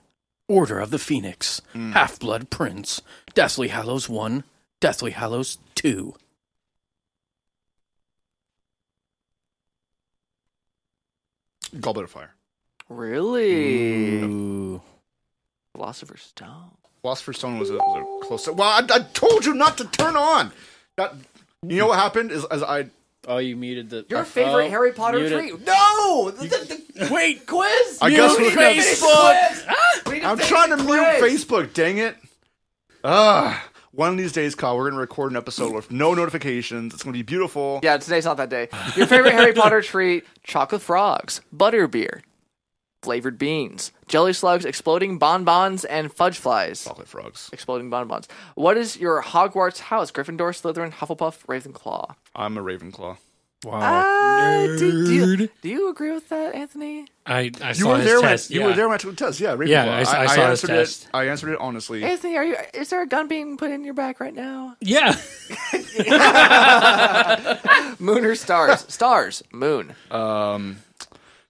[SPEAKER 3] Order of the Phoenix.
[SPEAKER 2] Hmm.
[SPEAKER 3] Half Blood Prince. Deathly Hallows 1. Deathly Hallows 2.
[SPEAKER 1] Goblet of Fire.
[SPEAKER 2] Really?
[SPEAKER 1] Mm.
[SPEAKER 3] Ooh.
[SPEAKER 2] Philosopher's Stone.
[SPEAKER 1] Philosopher's Stone was a, was a close. Well, I, I told you not to turn on. That you know what happened is as I
[SPEAKER 3] Oh, you muted the.
[SPEAKER 2] Your favorite
[SPEAKER 3] oh,
[SPEAKER 2] Harry Potter
[SPEAKER 3] muted.
[SPEAKER 2] treat? No! The, the, the
[SPEAKER 3] Wait,
[SPEAKER 2] quiz?
[SPEAKER 1] I guess we
[SPEAKER 2] Facebook!
[SPEAKER 1] I'm trying to mute Facebook. Dang it! Ah, one of these days, Kyle, we're gonna record an episode with no notifications. It's gonna be beautiful.
[SPEAKER 2] Yeah, today's not that day. Your favorite Harry Potter treat: chocolate frogs, butterbeer, flavored beans, jelly slugs, exploding bonbons, and fudge flies.
[SPEAKER 1] Chocolate frogs.
[SPEAKER 2] Exploding bonbons. What is your Hogwarts house? Gryffindor, Slytherin, Hufflepuff, Ravenclaw.
[SPEAKER 1] I'm a Ravenclaw.
[SPEAKER 3] Wow.
[SPEAKER 2] Uh, do, do you,
[SPEAKER 4] Nerd.
[SPEAKER 2] do you agree with that, Anthony?
[SPEAKER 4] I, I
[SPEAKER 1] You
[SPEAKER 4] saw
[SPEAKER 1] were
[SPEAKER 4] his
[SPEAKER 1] there. When,
[SPEAKER 4] test.
[SPEAKER 1] You
[SPEAKER 4] yeah.
[SPEAKER 1] were there when I took the test. Yeah, Ravenclaw.
[SPEAKER 4] Yeah, I- I saw his
[SPEAKER 1] answered
[SPEAKER 4] test.
[SPEAKER 1] it. I answered it honestly.
[SPEAKER 2] Anthony, are you? Is there a gun being put in your back right now?
[SPEAKER 4] Yeah.
[SPEAKER 2] Moon or stars? stars. Moon.
[SPEAKER 1] Um,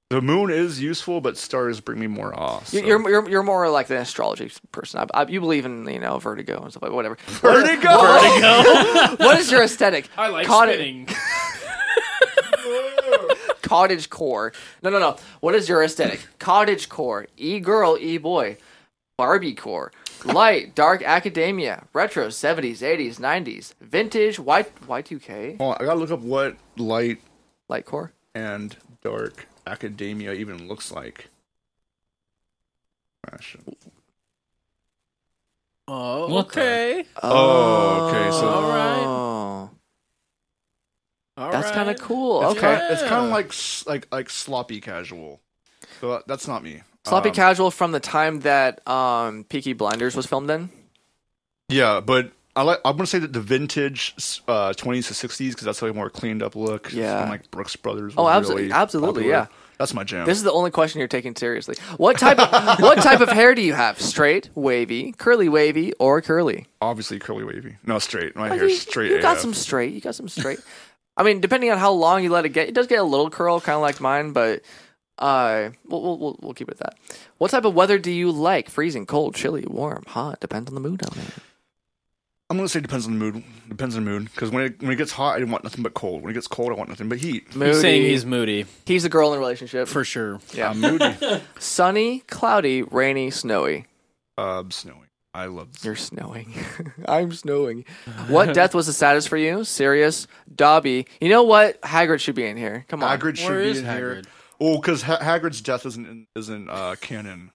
[SPEAKER 1] the moon is useful, but stars bring me more awe. so-
[SPEAKER 2] You're, you're you're more like an astrology person. I, I, you believe in you know vertigo and stuff like whatever.
[SPEAKER 1] vertigo.
[SPEAKER 2] what is your aesthetic? I like cottage, Cottage core. No, no, no. What is your aesthetic? cottage core. E girl, e boy. Barbie core. Light, dark academia. Retro, 70s, 80s, 90s. Vintage, y- Y2K.
[SPEAKER 1] Hold on, I gotta look up what light
[SPEAKER 2] Light core.
[SPEAKER 1] and dark academia even looks like. Fashion.
[SPEAKER 3] Oh,
[SPEAKER 4] What the-
[SPEAKER 3] okay.
[SPEAKER 1] Oh, okay. So
[SPEAKER 3] All right.
[SPEAKER 2] Oh.
[SPEAKER 3] All right.
[SPEAKER 2] That's kind of cool.
[SPEAKER 1] It's
[SPEAKER 2] okay.
[SPEAKER 1] kinda, it's kind of like s- like like sloppy casual. So that- that's not me.
[SPEAKER 2] Sloppy
[SPEAKER 1] Um,
[SPEAKER 2] casual from the time that um, Peaky Blinders was filmed in.
[SPEAKER 1] Yeah, but I like. I'm gonna say that the vintage uh, 20s to 60s because that's like a more cleaned up look. It's
[SPEAKER 2] Yeah.
[SPEAKER 1] kinda like Brooks Brothers.
[SPEAKER 2] Oh,
[SPEAKER 1] was
[SPEAKER 2] absolutely-
[SPEAKER 1] really
[SPEAKER 2] absolutely,
[SPEAKER 1] popular.
[SPEAKER 2] yeah.
[SPEAKER 1] That's my jam.
[SPEAKER 2] This is the only question you're taking seriously. What type of what type of hair do you have? Straight, wavy, curly wavy, or curly?
[SPEAKER 1] obviously curly wavy. No, straight. My
[SPEAKER 2] Well,
[SPEAKER 1] hair's
[SPEAKER 2] you-
[SPEAKER 1] straight.
[SPEAKER 2] You got
[SPEAKER 1] AF.
[SPEAKER 2] some straight. You got some straight. I mean, depending on how long you let it get, it does get a little curl, kind of like mine. But uh, we'll, we'll we'll we'll keep it at that. What type of weather do you like? Freezing, cold, chilly, warm, hot? Depends on the mood I'm in.
[SPEAKER 1] I'm gonna say depends on the mood. Depends on the mood. Because when it when it gets hot, I want nothing but cold. When it gets cold, I want nothing but heat.
[SPEAKER 2] Moody.
[SPEAKER 3] He's saying he's moody
[SPEAKER 2] he's the girl in a relationship.
[SPEAKER 3] for sure.
[SPEAKER 2] yeah.
[SPEAKER 1] I'm moody.
[SPEAKER 2] Sunny, cloudy, rainy, snowy.
[SPEAKER 1] uh, snowing. I love.
[SPEAKER 2] You're snowing. I'm snowing. What death was the saddest for you? Sirius, Dobby. You know what? Hagrid should be in here. Come on.
[SPEAKER 1] Hagrid should
[SPEAKER 3] Where
[SPEAKER 1] be
[SPEAKER 3] is
[SPEAKER 1] in here.
[SPEAKER 3] Hagrid?
[SPEAKER 1] Oh, because ha- Hagrid's death isn't in, isn't uh, canon,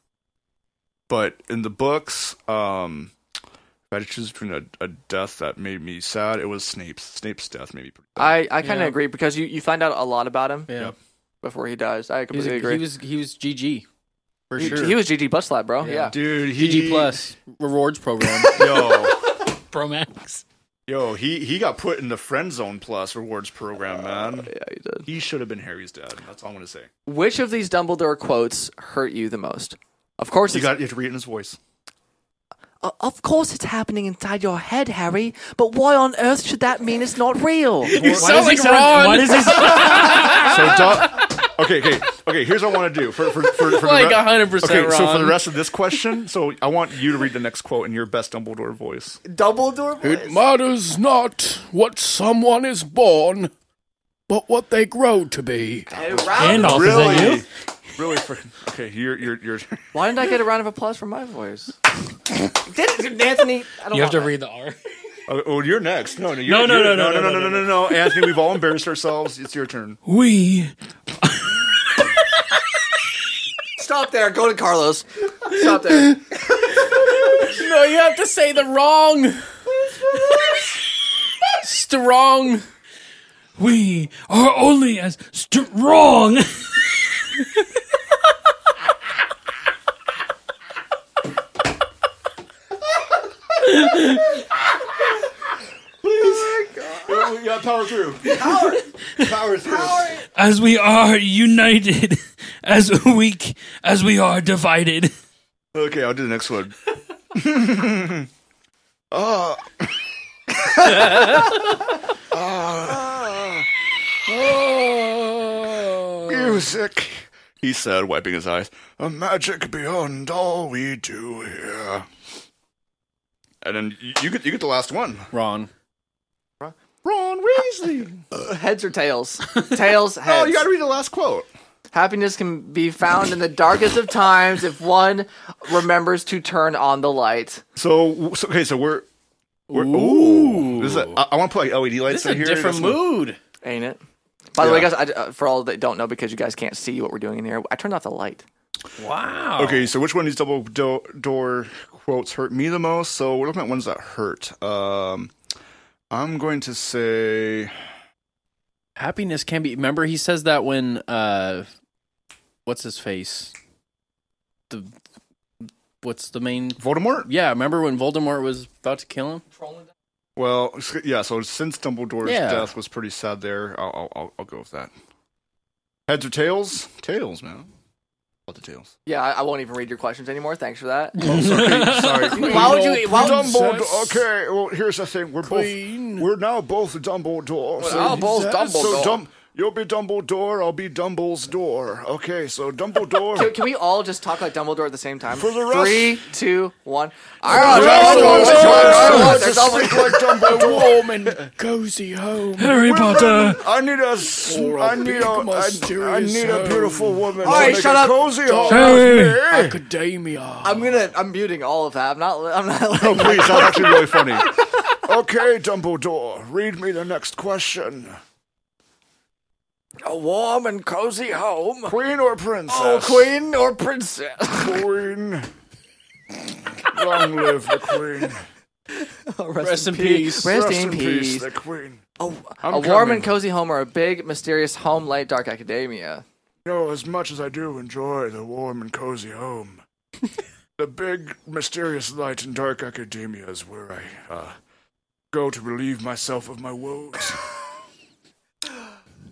[SPEAKER 1] but in the books, um, if I had to choose between a, a death that made me sad, it was Snape's. Snape's death made me pretty sad.
[SPEAKER 2] I, I kind of
[SPEAKER 3] Yeah.
[SPEAKER 2] agree because you, you find out a lot about him
[SPEAKER 3] Yeah,
[SPEAKER 1] Yep.
[SPEAKER 2] before he dies. I
[SPEAKER 3] He's a-
[SPEAKER 2] completely agree.
[SPEAKER 3] he was he was GG for
[SPEAKER 2] He-
[SPEAKER 3] sure.
[SPEAKER 2] He was GG butt slap, bro. Yeah.
[SPEAKER 3] Yeah.
[SPEAKER 1] dude. He,
[SPEAKER 3] GG plus rewards program.
[SPEAKER 1] yo,
[SPEAKER 4] Pro Max.
[SPEAKER 1] yo, he he got put in the friend zone plus rewards program, man.
[SPEAKER 2] Yeah, he did.
[SPEAKER 1] He should have been Harry's dad. That's all I'm gonna say.
[SPEAKER 2] Which of these Dumbledore quotes hurt you the most? Of course,
[SPEAKER 1] You
[SPEAKER 2] it's,
[SPEAKER 1] got you have to read it in his voice.
[SPEAKER 2] "O- of course it's happening inside your head, Harry. But why on earth should that mean it's not real?
[SPEAKER 3] you sound like
[SPEAKER 4] Ron. What is this?
[SPEAKER 1] So, Do- okay, okay, okay. Here's what I want to do for for for, for
[SPEAKER 3] Like
[SPEAKER 1] the re-
[SPEAKER 3] 100%
[SPEAKER 1] Okay, so for the
[SPEAKER 3] wrong.
[SPEAKER 1] rest of this question, so I want you to read the next quote in your best Dumbledore voice.
[SPEAKER 5] Dumbledore. voice?
[SPEAKER 7] matters not what someone is born, but what they grow to be.
[SPEAKER 5] Hey, Ralph,
[SPEAKER 4] Gandalf, Oh, is that you?
[SPEAKER 1] really freaking. Okay, you're you're you're.
[SPEAKER 2] Why didn't I get a round of applause for my voice?
[SPEAKER 5] did it, Anthony. I don't
[SPEAKER 4] You have
[SPEAKER 5] want
[SPEAKER 4] to
[SPEAKER 5] that.
[SPEAKER 4] read the R.
[SPEAKER 1] Oh, oh, you're next. No, no, you're,
[SPEAKER 4] No, no,
[SPEAKER 1] you're-
[SPEAKER 4] no,
[SPEAKER 1] no,
[SPEAKER 4] no,
[SPEAKER 1] no,
[SPEAKER 4] no,
[SPEAKER 1] no, no, no, no. Anthony, we've all embarrassed ourselves. It's your turn.
[SPEAKER 4] We
[SPEAKER 2] Stop there. Go to Carlos. Stop there.
[SPEAKER 3] no, you have to say the wrong. Strong.
[SPEAKER 4] we are only as strong.
[SPEAKER 1] We got power through. Power, power through.
[SPEAKER 4] as we are united, as weak as we are divided.
[SPEAKER 1] Okay, I'll do the next one. Ah. Ah. oh. Music, he said, wiping his eyes. A magic beyond all we do here. And then you, you get you get the last one.
[SPEAKER 3] Ron.
[SPEAKER 1] Ron Weasley.
[SPEAKER 2] Heads or tails? Tails, heads.
[SPEAKER 1] Oh, you got to read the last quote.
[SPEAKER 2] Happiness can be found in the darkest of times if one remembers to turn on the light.
[SPEAKER 1] So, so okay, so we're we're ooh.
[SPEAKER 3] Ooh.
[SPEAKER 1] This is a, I, I want to put like LED lights
[SPEAKER 3] This is a
[SPEAKER 1] in here.
[SPEAKER 3] different
[SPEAKER 1] That's what-
[SPEAKER 3] mood.
[SPEAKER 2] Ain't it? By the way,
[SPEAKER 1] Yeah.
[SPEAKER 2] guys, I, uh, for all that don't know, because you guys can't see what we're doing in here, I turned off the light.
[SPEAKER 3] Wow.
[SPEAKER 2] Um,
[SPEAKER 1] Okay, so which one of these double do- door quotes hurt me the most? So we're looking at ones that hurt. Um, I'm going to say
[SPEAKER 3] Happiness can be. Remember, he says that when uh, what's his face? The what's the main?
[SPEAKER 1] Voldemort.
[SPEAKER 3] Yeah, remember when Voldemort was about to kill him?
[SPEAKER 1] Well, s- yeah. So since Dumbledore's
[SPEAKER 3] Yeah.
[SPEAKER 1] death was pretty sad, there, I'll, I'll- I'll I'll go with that. Heads or tails? Tails, man. All the tails.
[SPEAKER 2] Yeah, I, I won't even read your questions anymore. Thanks for that.
[SPEAKER 1] Oh, sorry. sorry.
[SPEAKER 5] Why would you? Why would
[SPEAKER 1] Dumbledore. Okay. Well, here's the thing. We're both. We're now both Dumbledore. so-
[SPEAKER 2] I'll both
[SPEAKER 1] So
[SPEAKER 2] Dumbledore.
[SPEAKER 1] Dum- you'll be Dumbledore. I'll be Dumble's door. Okay. So
[SPEAKER 2] Can,
[SPEAKER 1] Dumbledore.
[SPEAKER 2] can we all just talk like Dumbledore at the same time?
[SPEAKER 1] For the rest-
[SPEAKER 2] Three, two, one.
[SPEAKER 1] Just
[SPEAKER 2] There's always-
[SPEAKER 1] speak like Dumbledore.
[SPEAKER 7] Warm and cozy home.
[SPEAKER 4] Harry Potter.
[SPEAKER 1] I need a, s-
[SPEAKER 7] Or a
[SPEAKER 1] I need
[SPEAKER 7] big
[SPEAKER 1] a, I, I
[SPEAKER 7] mysterious
[SPEAKER 1] need a
[SPEAKER 7] home.
[SPEAKER 1] beautiful woman. to
[SPEAKER 2] right,
[SPEAKER 1] make
[SPEAKER 2] shut
[SPEAKER 1] a
[SPEAKER 2] up.
[SPEAKER 1] Cozy home
[SPEAKER 4] Hey.
[SPEAKER 1] with me.
[SPEAKER 7] Academia.
[SPEAKER 2] I'm gonna. I'm muting all of that. I'm not. I'm not.
[SPEAKER 1] Oh, please, that's actually really funny. Okay, Dumbledore, read me the next question.
[SPEAKER 2] a warm and cozy home.
[SPEAKER 1] Queen or princess?
[SPEAKER 2] Oh, queen or princess?
[SPEAKER 1] Queen. Long live the queen.
[SPEAKER 2] Rest,
[SPEAKER 3] Rest in peace.
[SPEAKER 2] Rest,
[SPEAKER 1] Rest
[SPEAKER 2] in, peace.
[SPEAKER 1] the queen.
[SPEAKER 2] a warm and cozy home or a big, mysterious home like dark academia.
[SPEAKER 1] You know, as much as I do enjoy the warm and cozy home, the big, mysterious light in dark academia is where I uh, go to relieve myself of my woes.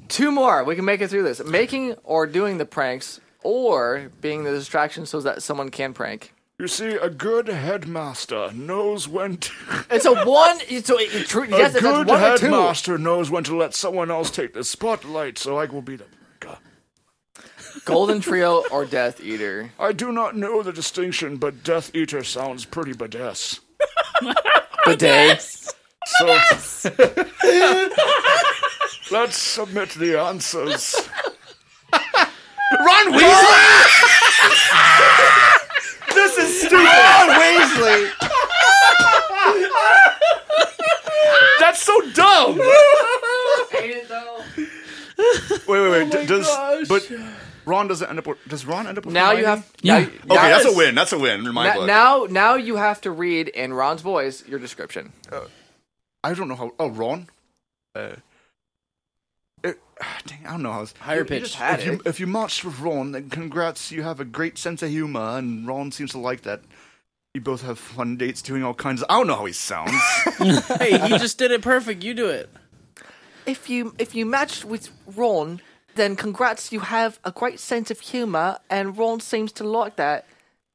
[SPEAKER 2] Two more. We can make it through this. Making or doing the pranks or being the distraction so that someone can prank.
[SPEAKER 1] you see, a good headmaster knows when to.
[SPEAKER 2] It's a one. It's a, it, tru- yes,
[SPEAKER 1] a
[SPEAKER 2] it's a
[SPEAKER 1] good
[SPEAKER 2] one or two.
[SPEAKER 1] headmaster knows when to let someone else take the spotlight, so I will be the.
[SPEAKER 2] Golden Trio or Death Eater.
[SPEAKER 1] I do not know the distinction, but Death Eater sounds pretty badass.
[SPEAKER 2] Bidet.
[SPEAKER 1] So let's submit the answers.
[SPEAKER 2] Ron Weasley.
[SPEAKER 5] This is stupid. Ron Weasley.
[SPEAKER 1] That's so dumb. Wait, wait, wait. d- does but Ron doesn't end up? with- Does Ron end up? With
[SPEAKER 2] Now you
[SPEAKER 1] Hermione?
[SPEAKER 2] have.
[SPEAKER 4] Yeah.
[SPEAKER 2] Now,
[SPEAKER 4] Okay,
[SPEAKER 1] Okay, that's a
[SPEAKER 2] it's-
[SPEAKER 1] win. That's a win in my
[SPEAKER 2] na-
[SPEAKER 1] book.
[SPEAKER 2] now, now you have to read in Ron's voice your description.
[SPEAKER 1] I don't know how. Oh, Ron. Uh, it, dang, I don't know how. It's,
[SPEAKER 3] Higher
[SPEAKER 2] You
[SPEAKER 3] pitch.
[SPEAKER 2] just had
[SPEAKER 1] if you
[SPEAKER 2] it.
[SPEAKER 1] if you marched with Ron, then congrats. You have a great sense of humor, and Ron seems to like that. You both have fun dates doing all kinds. Of, I don't know how he sounds.
[SPEAKER 3] hey, he just did it perfect. You do it.
[SPEAKER 2] If you if you matched with Ron, then congrats, you have a great sense of humor, and Ron seems to like that.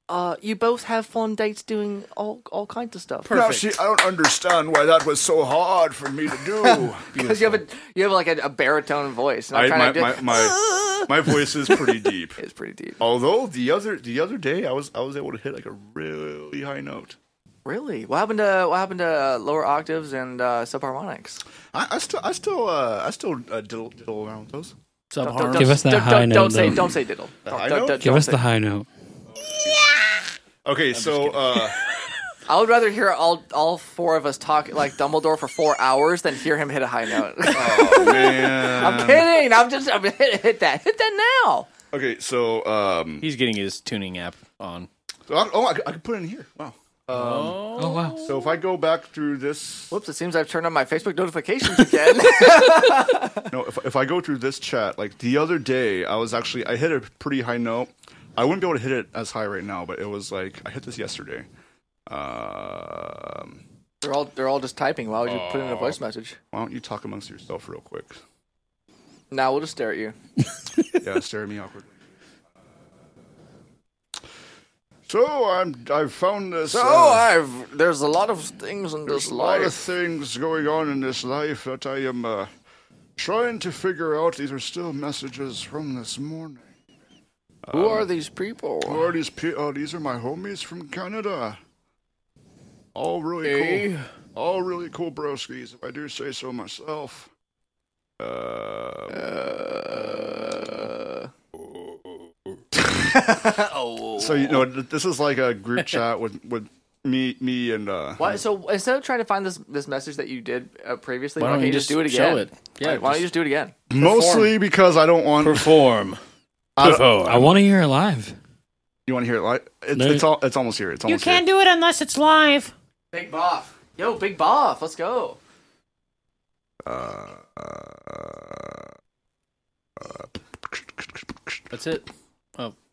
[SPEAKER 2] Uh, you both have fun dates doing all all kinds of stuff.
[SPEAKER 1] now, see, I don't understand why that was so hard for me to do.
[SPEAKER 2] Because you have a you have like a, a baritone voice. And I'm
[SPEAKER 1] I,
[SPEAKER 2] trying
[SPEAKER 1] my,
[SPEAKER 2] to do,
[SPEAKER 1] my, my, my voice is pretty deep.
[SPEAKER 2] It's pretty deep.
[SPEAKER 1] Although the other the other day I was I was able to hit like a really high note.
[SPEAKER 2] Really? What happened to what happened to uh, lower octaves and uh, subharmonics?
[SPEAKER 1] I, I still I still uh, I still uh, diddle, diddle around with those.
[SPEAKER 3] Subharm.
[SPEAKER 4] Give us that
[SPEAKER 2] don't,
[SPEAKER 4] high
[SPEAKER 2] don't,
[SPEAKER 4] note,
[SPEAKER 2] Don't say
[SPEAKER 4] though.
[SPEAKER 2] don't say diddle. Don't-
[SPEAKER 1] high
[SPEAKER 2] don't-
[SPEAKER 1] note?
[SPEAKER 2] don't-
[SPEAKER 4] Give
[SPEAKER 2] don't
[SPEAKER 4] us
[SPEAKER 2] say-
[SPEAKER 4] the high note.
[SPEAKER 1] Okay, so uh,
[SPEAKER 2] I would rather hear all all four of us talk like Dumbledore for four hours than hear him hit a high note.
[SPEAKER 1] uh, oh, man.
[SPEAKER 3] Um,
[SPEAKER 2] I'm kidding. I'm just I'm hit, hit that hit that now.
[SPEAKER 1] okay, so um,
[SPEAKER 3] He's getting his tuning app on.
[SPEAKER 1] so I, oh I, could- I could put it in here. Wow. Um,
[SPEAKER 4] Oh wow.
[SPEAKER 1] So if I go back through this,
[SPEAKER 2] Whoops! It seems I've turned on my Facebook notifications again.
[SPEAKER 1] no, if, if I go through this chat, like the other day, I was actually I hit a pretty high note. I wouldn't be able to hit it as high right now, but it was like I hit this yesterday. Um,
[SPEAKER 2] they're all they're all just typing. Why would you put in a voice message?
[SPEAKER 1] why don't you talk amongst yourself real quick?
[SPEAKER 2] Now we'll just stare at you.
[SPEAKER 1] yeah, stare at me awkwardly. So I'm I've found this.
[SPEAKER 2] Oh,
[SPEAKER 1] uh,
[SPEAKER 2] I've there's a lot of things in
[SPEAKER 1] there's
[SPEAKER 2] this
[SPEAKER 1] a lot of
[SPEAKER 2] life.
[SPEAKER 1] things going on in this life that I am uh, trying to figure out. These are still messages from this morning.
[SPEAKER 3] um,
[SPEAKER 2] Who are these people?
[SPEAKER 1] Who are these? Pe- oh, these are my homies from Canada. All really cool. All really cool broskies, if I do say so myself. Uh,
[SPEAKER 2] Uh,
[SPEAKER 1] So you know, th- this is like a group chat with with me, me and uh.
[SPEAKER 2] Why, so instead of trying to find this this message that you did uh, previously,
[SPEAKER 3] Why
[SPEAKER 2] why,
[SPEAKER 3] don't
[SPEAKER 2] can't
[SPEAKER 3] you
[SPEAKER 2] you just
[SPEAKER 3] just
[SPEAKER 2] do it
[SPEAKER 3] show
[SPEAKER 2] again?
[SPEAKER 3] it? Yeah,
[SPEAKER 2] Like, why don't you just do it again?
[SPEAKER 1] Mostly because I don't want.
[SPEAKER 7] Perform.
[SPEAKER 1] I don't-
[SPEAKER 7] Perform.
[SPEAKER 4] I want to hear it live.
[SPEAKER 1] you want to hear it? Like, it's
[SPEAKER 4] No.
[SPEAKER 1] it's, all, it's almost here. It's
[SPEAKER 8] You
[SPEAKER 1] almost
[SPEAKER 8] can't do it unless it's live.
[SPEAKER 2] Big Boff, yo, Big Boff, let's go.
[SPEAKER 1] Here. Uh, uh,
[SPEAKER 3] That's it.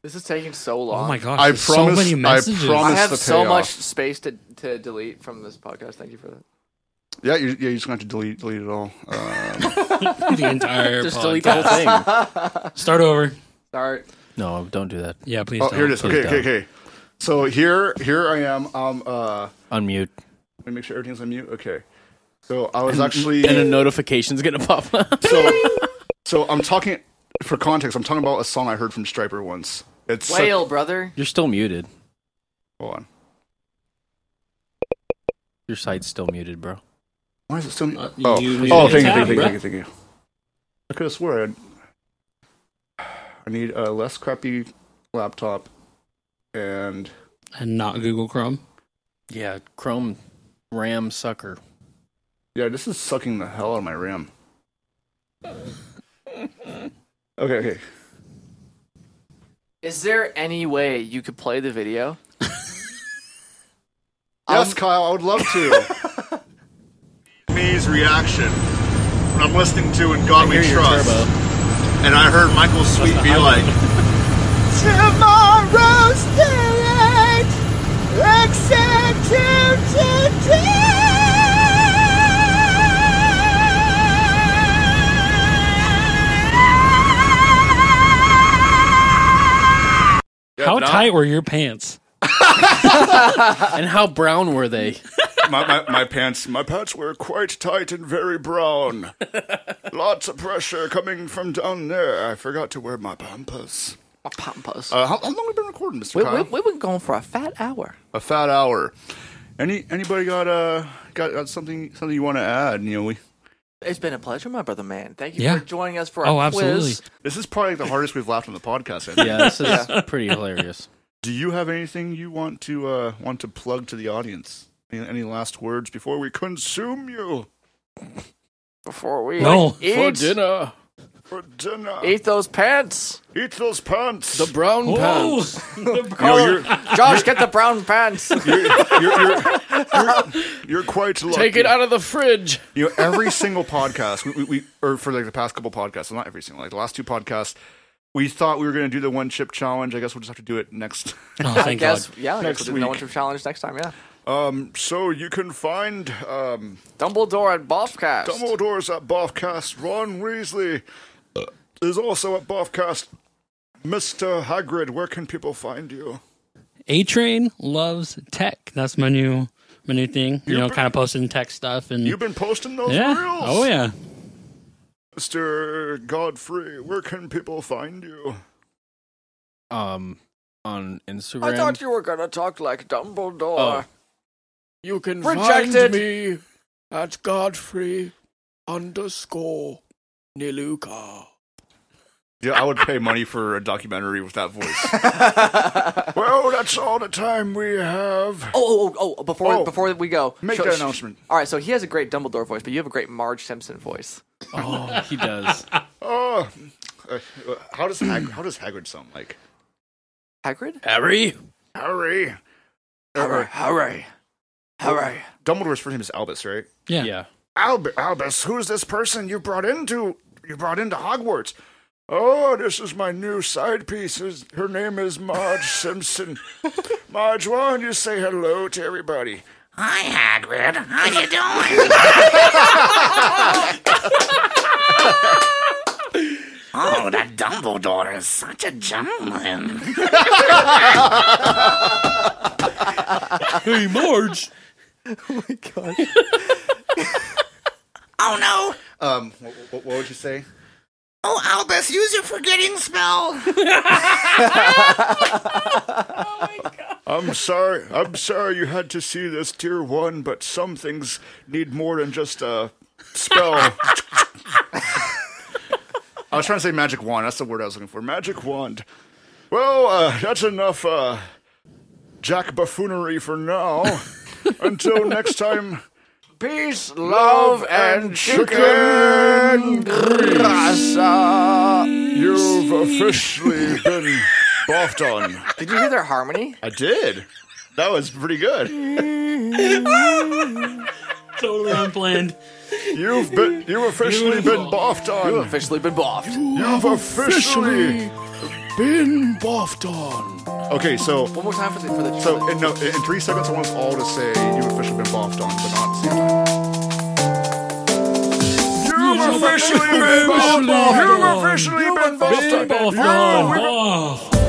[SPEAKER 2] This is taking so long.
[SPEAKER 4] Oh my gosh.
[SPEAKER 1] I
[SPEAKER 4] there's so
[SPEAKER 1] promise-
[SPEAKER 4] many
[SPEAKER 1] I
[SPEAKER 4] messages.
[SPEAKER 1] promise-
[SPEAKER 2] I
[SPEAKER 1] That's
[SPEAKER 2] have
[SPEAKER 1] the
[SPEAKER 2] so
[SPEAKER 1] payoff.
[SPEAKER 2] much space to, to delete from this podcast. Thank you for that.
[SPEAKER 1] yeah, you, yeah. You're just gonna have to delete delete it all. Um,
[SPEAKER 4] the entire
[SPEAKER 3] Just
[SPEAKER 4] podcast.
[SPEAKER 3] delete the whole thing.
[SPEAKER 4] Start over.
[SPEAKER 2] Start.
[SPEAKER 3] no, don't do that.
[SPEAKER 4] Yeah, please.
[SPEAKER 1] oh,
[SPEAKER 4] don't.
[SPEAKER 1] here it is.
[SPEAKER 3] please
[SPEAKER 1] Okay,
[SPEAKER 3] don't.
[SPEAKER 1] okay, okay. So here here I am. Um, uh,
[SPEAKER 3] Unmute.
[SPEAKER 1] let me make sure everything's on mute. Okay. So I was actually
[SPEAKER 3] And a notification's gonna pop up.
[SPEAKER 1] so so I'm talking for context. I'm talking about a song I heard from Striper once. It's such-
[SPEAKER 2] Whale, brother.
[SPEAKER 3] You're still muted.
[SPEAKER 1] hold on.
[SPEAKER 3] Your site's still muted, bro.
[SPEAKER 1] Why is it still?
[SPEAKER 4] Uh,
[SPEAKER 1] oh,
[SPEAKER 4] you- you
[SPEAKER 1] oh, thank
[SPEAKER 4] need to
[SPEAKER 1] you,
[SPEAKER 4] tap,
[SPEAKER 1] thank you,
[SPEAKER 4] bro.
[SPEAKER 1] thank you, thank you. I could have swore I'd, I need a less crappy laptop, and
[SPEAKER 4] And not Google Chrome.
[SPEAKER 3] Yeah, Chrome RAM sucker.
[SPEAKER 1] yeah, this is sucking the hell out of my RAM. Okay, okay.
[SPEAKER 2] Is there any way you could play the video?
[SPEAKER 1] Yes, Kyle, I would love to. Me's reaction.
[SPEAKER 8] and I'm listening to In God We
[SPEAKER 3] Hear your
[SPEAKER 8] Trust,
[SPEAKER 3] turbo.
[SPEAKER 8] and I heard Michael Sweet be like,
[SPEAKER 5] Tomorrow's daylight, except today.
[SPEAKER 4] How
[SPEAKER 1] but I-
[SPEAKER 4] tight were your pants?
[SPEAKER 3] And how brown were they?
[SPEAKER 1] my, my, my pants my pants were quite tight and very brown. Lots of pressure coming from down there. I forgot to wear my pampas.
[SPEAKER 2] My pompas.
[SPEAKER 1] Uh, how, how long have we been recording, Mr.
[SPEAKER 2] we,
[SPEAKER 1] Kyle?
[SPEAKER 2] we, we've been going for a fat hour.
[SPEAKER 1] A fat hour. Any anybody got uh got, got something something you want to add? You know, we
[SPEAKER 2] It's been a pleasure, my brother man. Thank you
[SPEAKER 4] Yeah.
[SPEAKER 2] for joining us for our
[SPEAKER 4] Oh,
[SPEAKER 2] quiz.
[SPEAKER 4] absolutely.
[SPEAKER 1] this is probably the hardest we've laughed on the podcast. I think.
[SPEAKER 3] Yeah, this is pretty hilarious.
[SPEAKER 1] Do you have anything you want to uh want to plug to the audience? Any, any last words before we consume you
[SPEAKER 2] Before we
[SPEAKER 4] No.
[SPEAKER 2] eat,
[SPEAKER 7] For dinner,
[SPEAKER 1] for dinner?
[SPEAKER 2] eat those pants.
[SPEAKER 1] Eat those pants.
[SPEAKER 7] the brown
[SPEAKER 4] Oh,
[SPEAKER 7] pants.
[SPEAKER 1] you know, you're,
[SPEAKER 2] Josh, get the brown pants.
[SPEAKER 1] you're, you're, you're, you're- you're quite lucky.
[SPEAKER 7] Take it out of the fridge.
[SPEAKER 1] You know, every single podcast, we, we, we or for like the past couple podcasts, well, not every single, like the last two podcasts, we thought we were going to do the one chip challenge. I guess we'll just have to do it next.
[SPEAKER 4] oh
[SPEAKER 2] I
[SPEAKER 4] thank God.
[SPEAKER 2] guess, yeah, I guess
[SPEAKER 1] Next
[SPEAKER 2] we'll do the
[SPEAKER 1] week.
[SPEAKER 2] one trip challenge next time, yeah.
[SPEAKER 1] Um, so you can find um,
[SPEAKER 2] Dumbledore at Buffcast.
[SPEAKER 1] Dumbledore's at Boffcast. Ron Weasley uh, is also at Boffcast. Mr. Hagrid, where can people find you?
[SPEAKER 4] A Train loves tech. That's my new my new thing. You know, kind of posting tech stuff and
[SPEAKER 1] You've been posting those
[SPEAKER 4] yeah.
[SPEAKER 1] reels.
[SPEAKER 4] Oh yeah.
[SPEAKER 1] Mr. Godfrey, where can people find you?
[SPEAKER 3] Um, on Instagram.
[SPEAKER 2] I thought you were gonna talk like Dumbledore.
[SPEAKER 3] Oh.
[SPEAKER 7] You can
[SPEAKER 2] Rejected.
[SPEAKER 7] find me at Godfrey underscore Niluka.
[SPEAKER 1] Yeah, I would pay money for a documentary with that voice. well, that's all the time we have.
[SPEAKER 2] Oh, oh, oh! Before
[SPEAKER 1] Oh.
[SPEAKER 2] before we go,
[SPEAKER 1] Make
[SPEAKER 2] show-
[SPEAKER 1] that
[SPEAKER 2] sh-
[SPEAKER 1] announcement.
[SPEAKER 2] All right, so he has a great Dumbledore voice, but you have a great Marge Simpson voice.
[SPEAKER 3] Oh, he does.
[SPEAKER 1] Oh, uh, how does Hag- how does Hagrid sound like?
[SPEAKER 2] Hagrid,
[SPEAKER 3] Harry.
[SPEAKER 1] Harry.
[SPEAKER 2] hurry, hurry, hurry!
[SPEAKER 1] Dumbledore's first name is Albus, right?
[SPEAKER 4] Yeah.
[SPEAKER 3] Yeah.
[SPEAKER 1] Albus, Albus, who's this person you brought into you brought into Hogwarts? Oh, this is my new side piece. His- Her name is Marge Simpson. Marge, why don't you say hello to everybody?
[SPEAKER 5] Hi, Hagrid. How you doing? oh, that Dumbledore is such a gentleman.
[SPEAKER 3] Hey, Marge.
[SPEAKER 5] Oh, no.
[SPEAKER 1] Um, what, what would you say?
[SPEAKER 5] Oh, Albus, use your forgetting spell.
[SPEAKER 1] I'm sorry. I'm sorry you had to see this, dear one, but some things need more than just a spell. I was trying to say magic wand. That's the word I was looking for. Magic wand. Well, uh, that's enough uh, jack buffoonery for now. Until next time,
[SPEAKER 2] Peace, love, and
[SPEAKER 1] chicken grease.
[SPEAKER 2] chicken.
[SPEAKER 1] You've officially been boffed on.
[SPEAKER 2] Did you hear their harmony?
[SPEAKER 1] I did. That was pretty good.
[SPEAKER 4] Totally unplanned.
[SPEAKER 1] You've been you've officially been boffed on.
[SPEAKER 2] Officially been boffed.
[SPEAKER 1] You've officially
[SPEAKER 7] Been boffed on.
[SPEAKER 1] Okay, so
[SPEAKER 2] One more time for the for the.
[SPEAKER 1] so in, no, in three seconds, I want us all to say you've officially been boffed on, but not at the same time. You've officially been boffed on. You've officially been boffed on.
[SPEAKER 4] Off, on, off.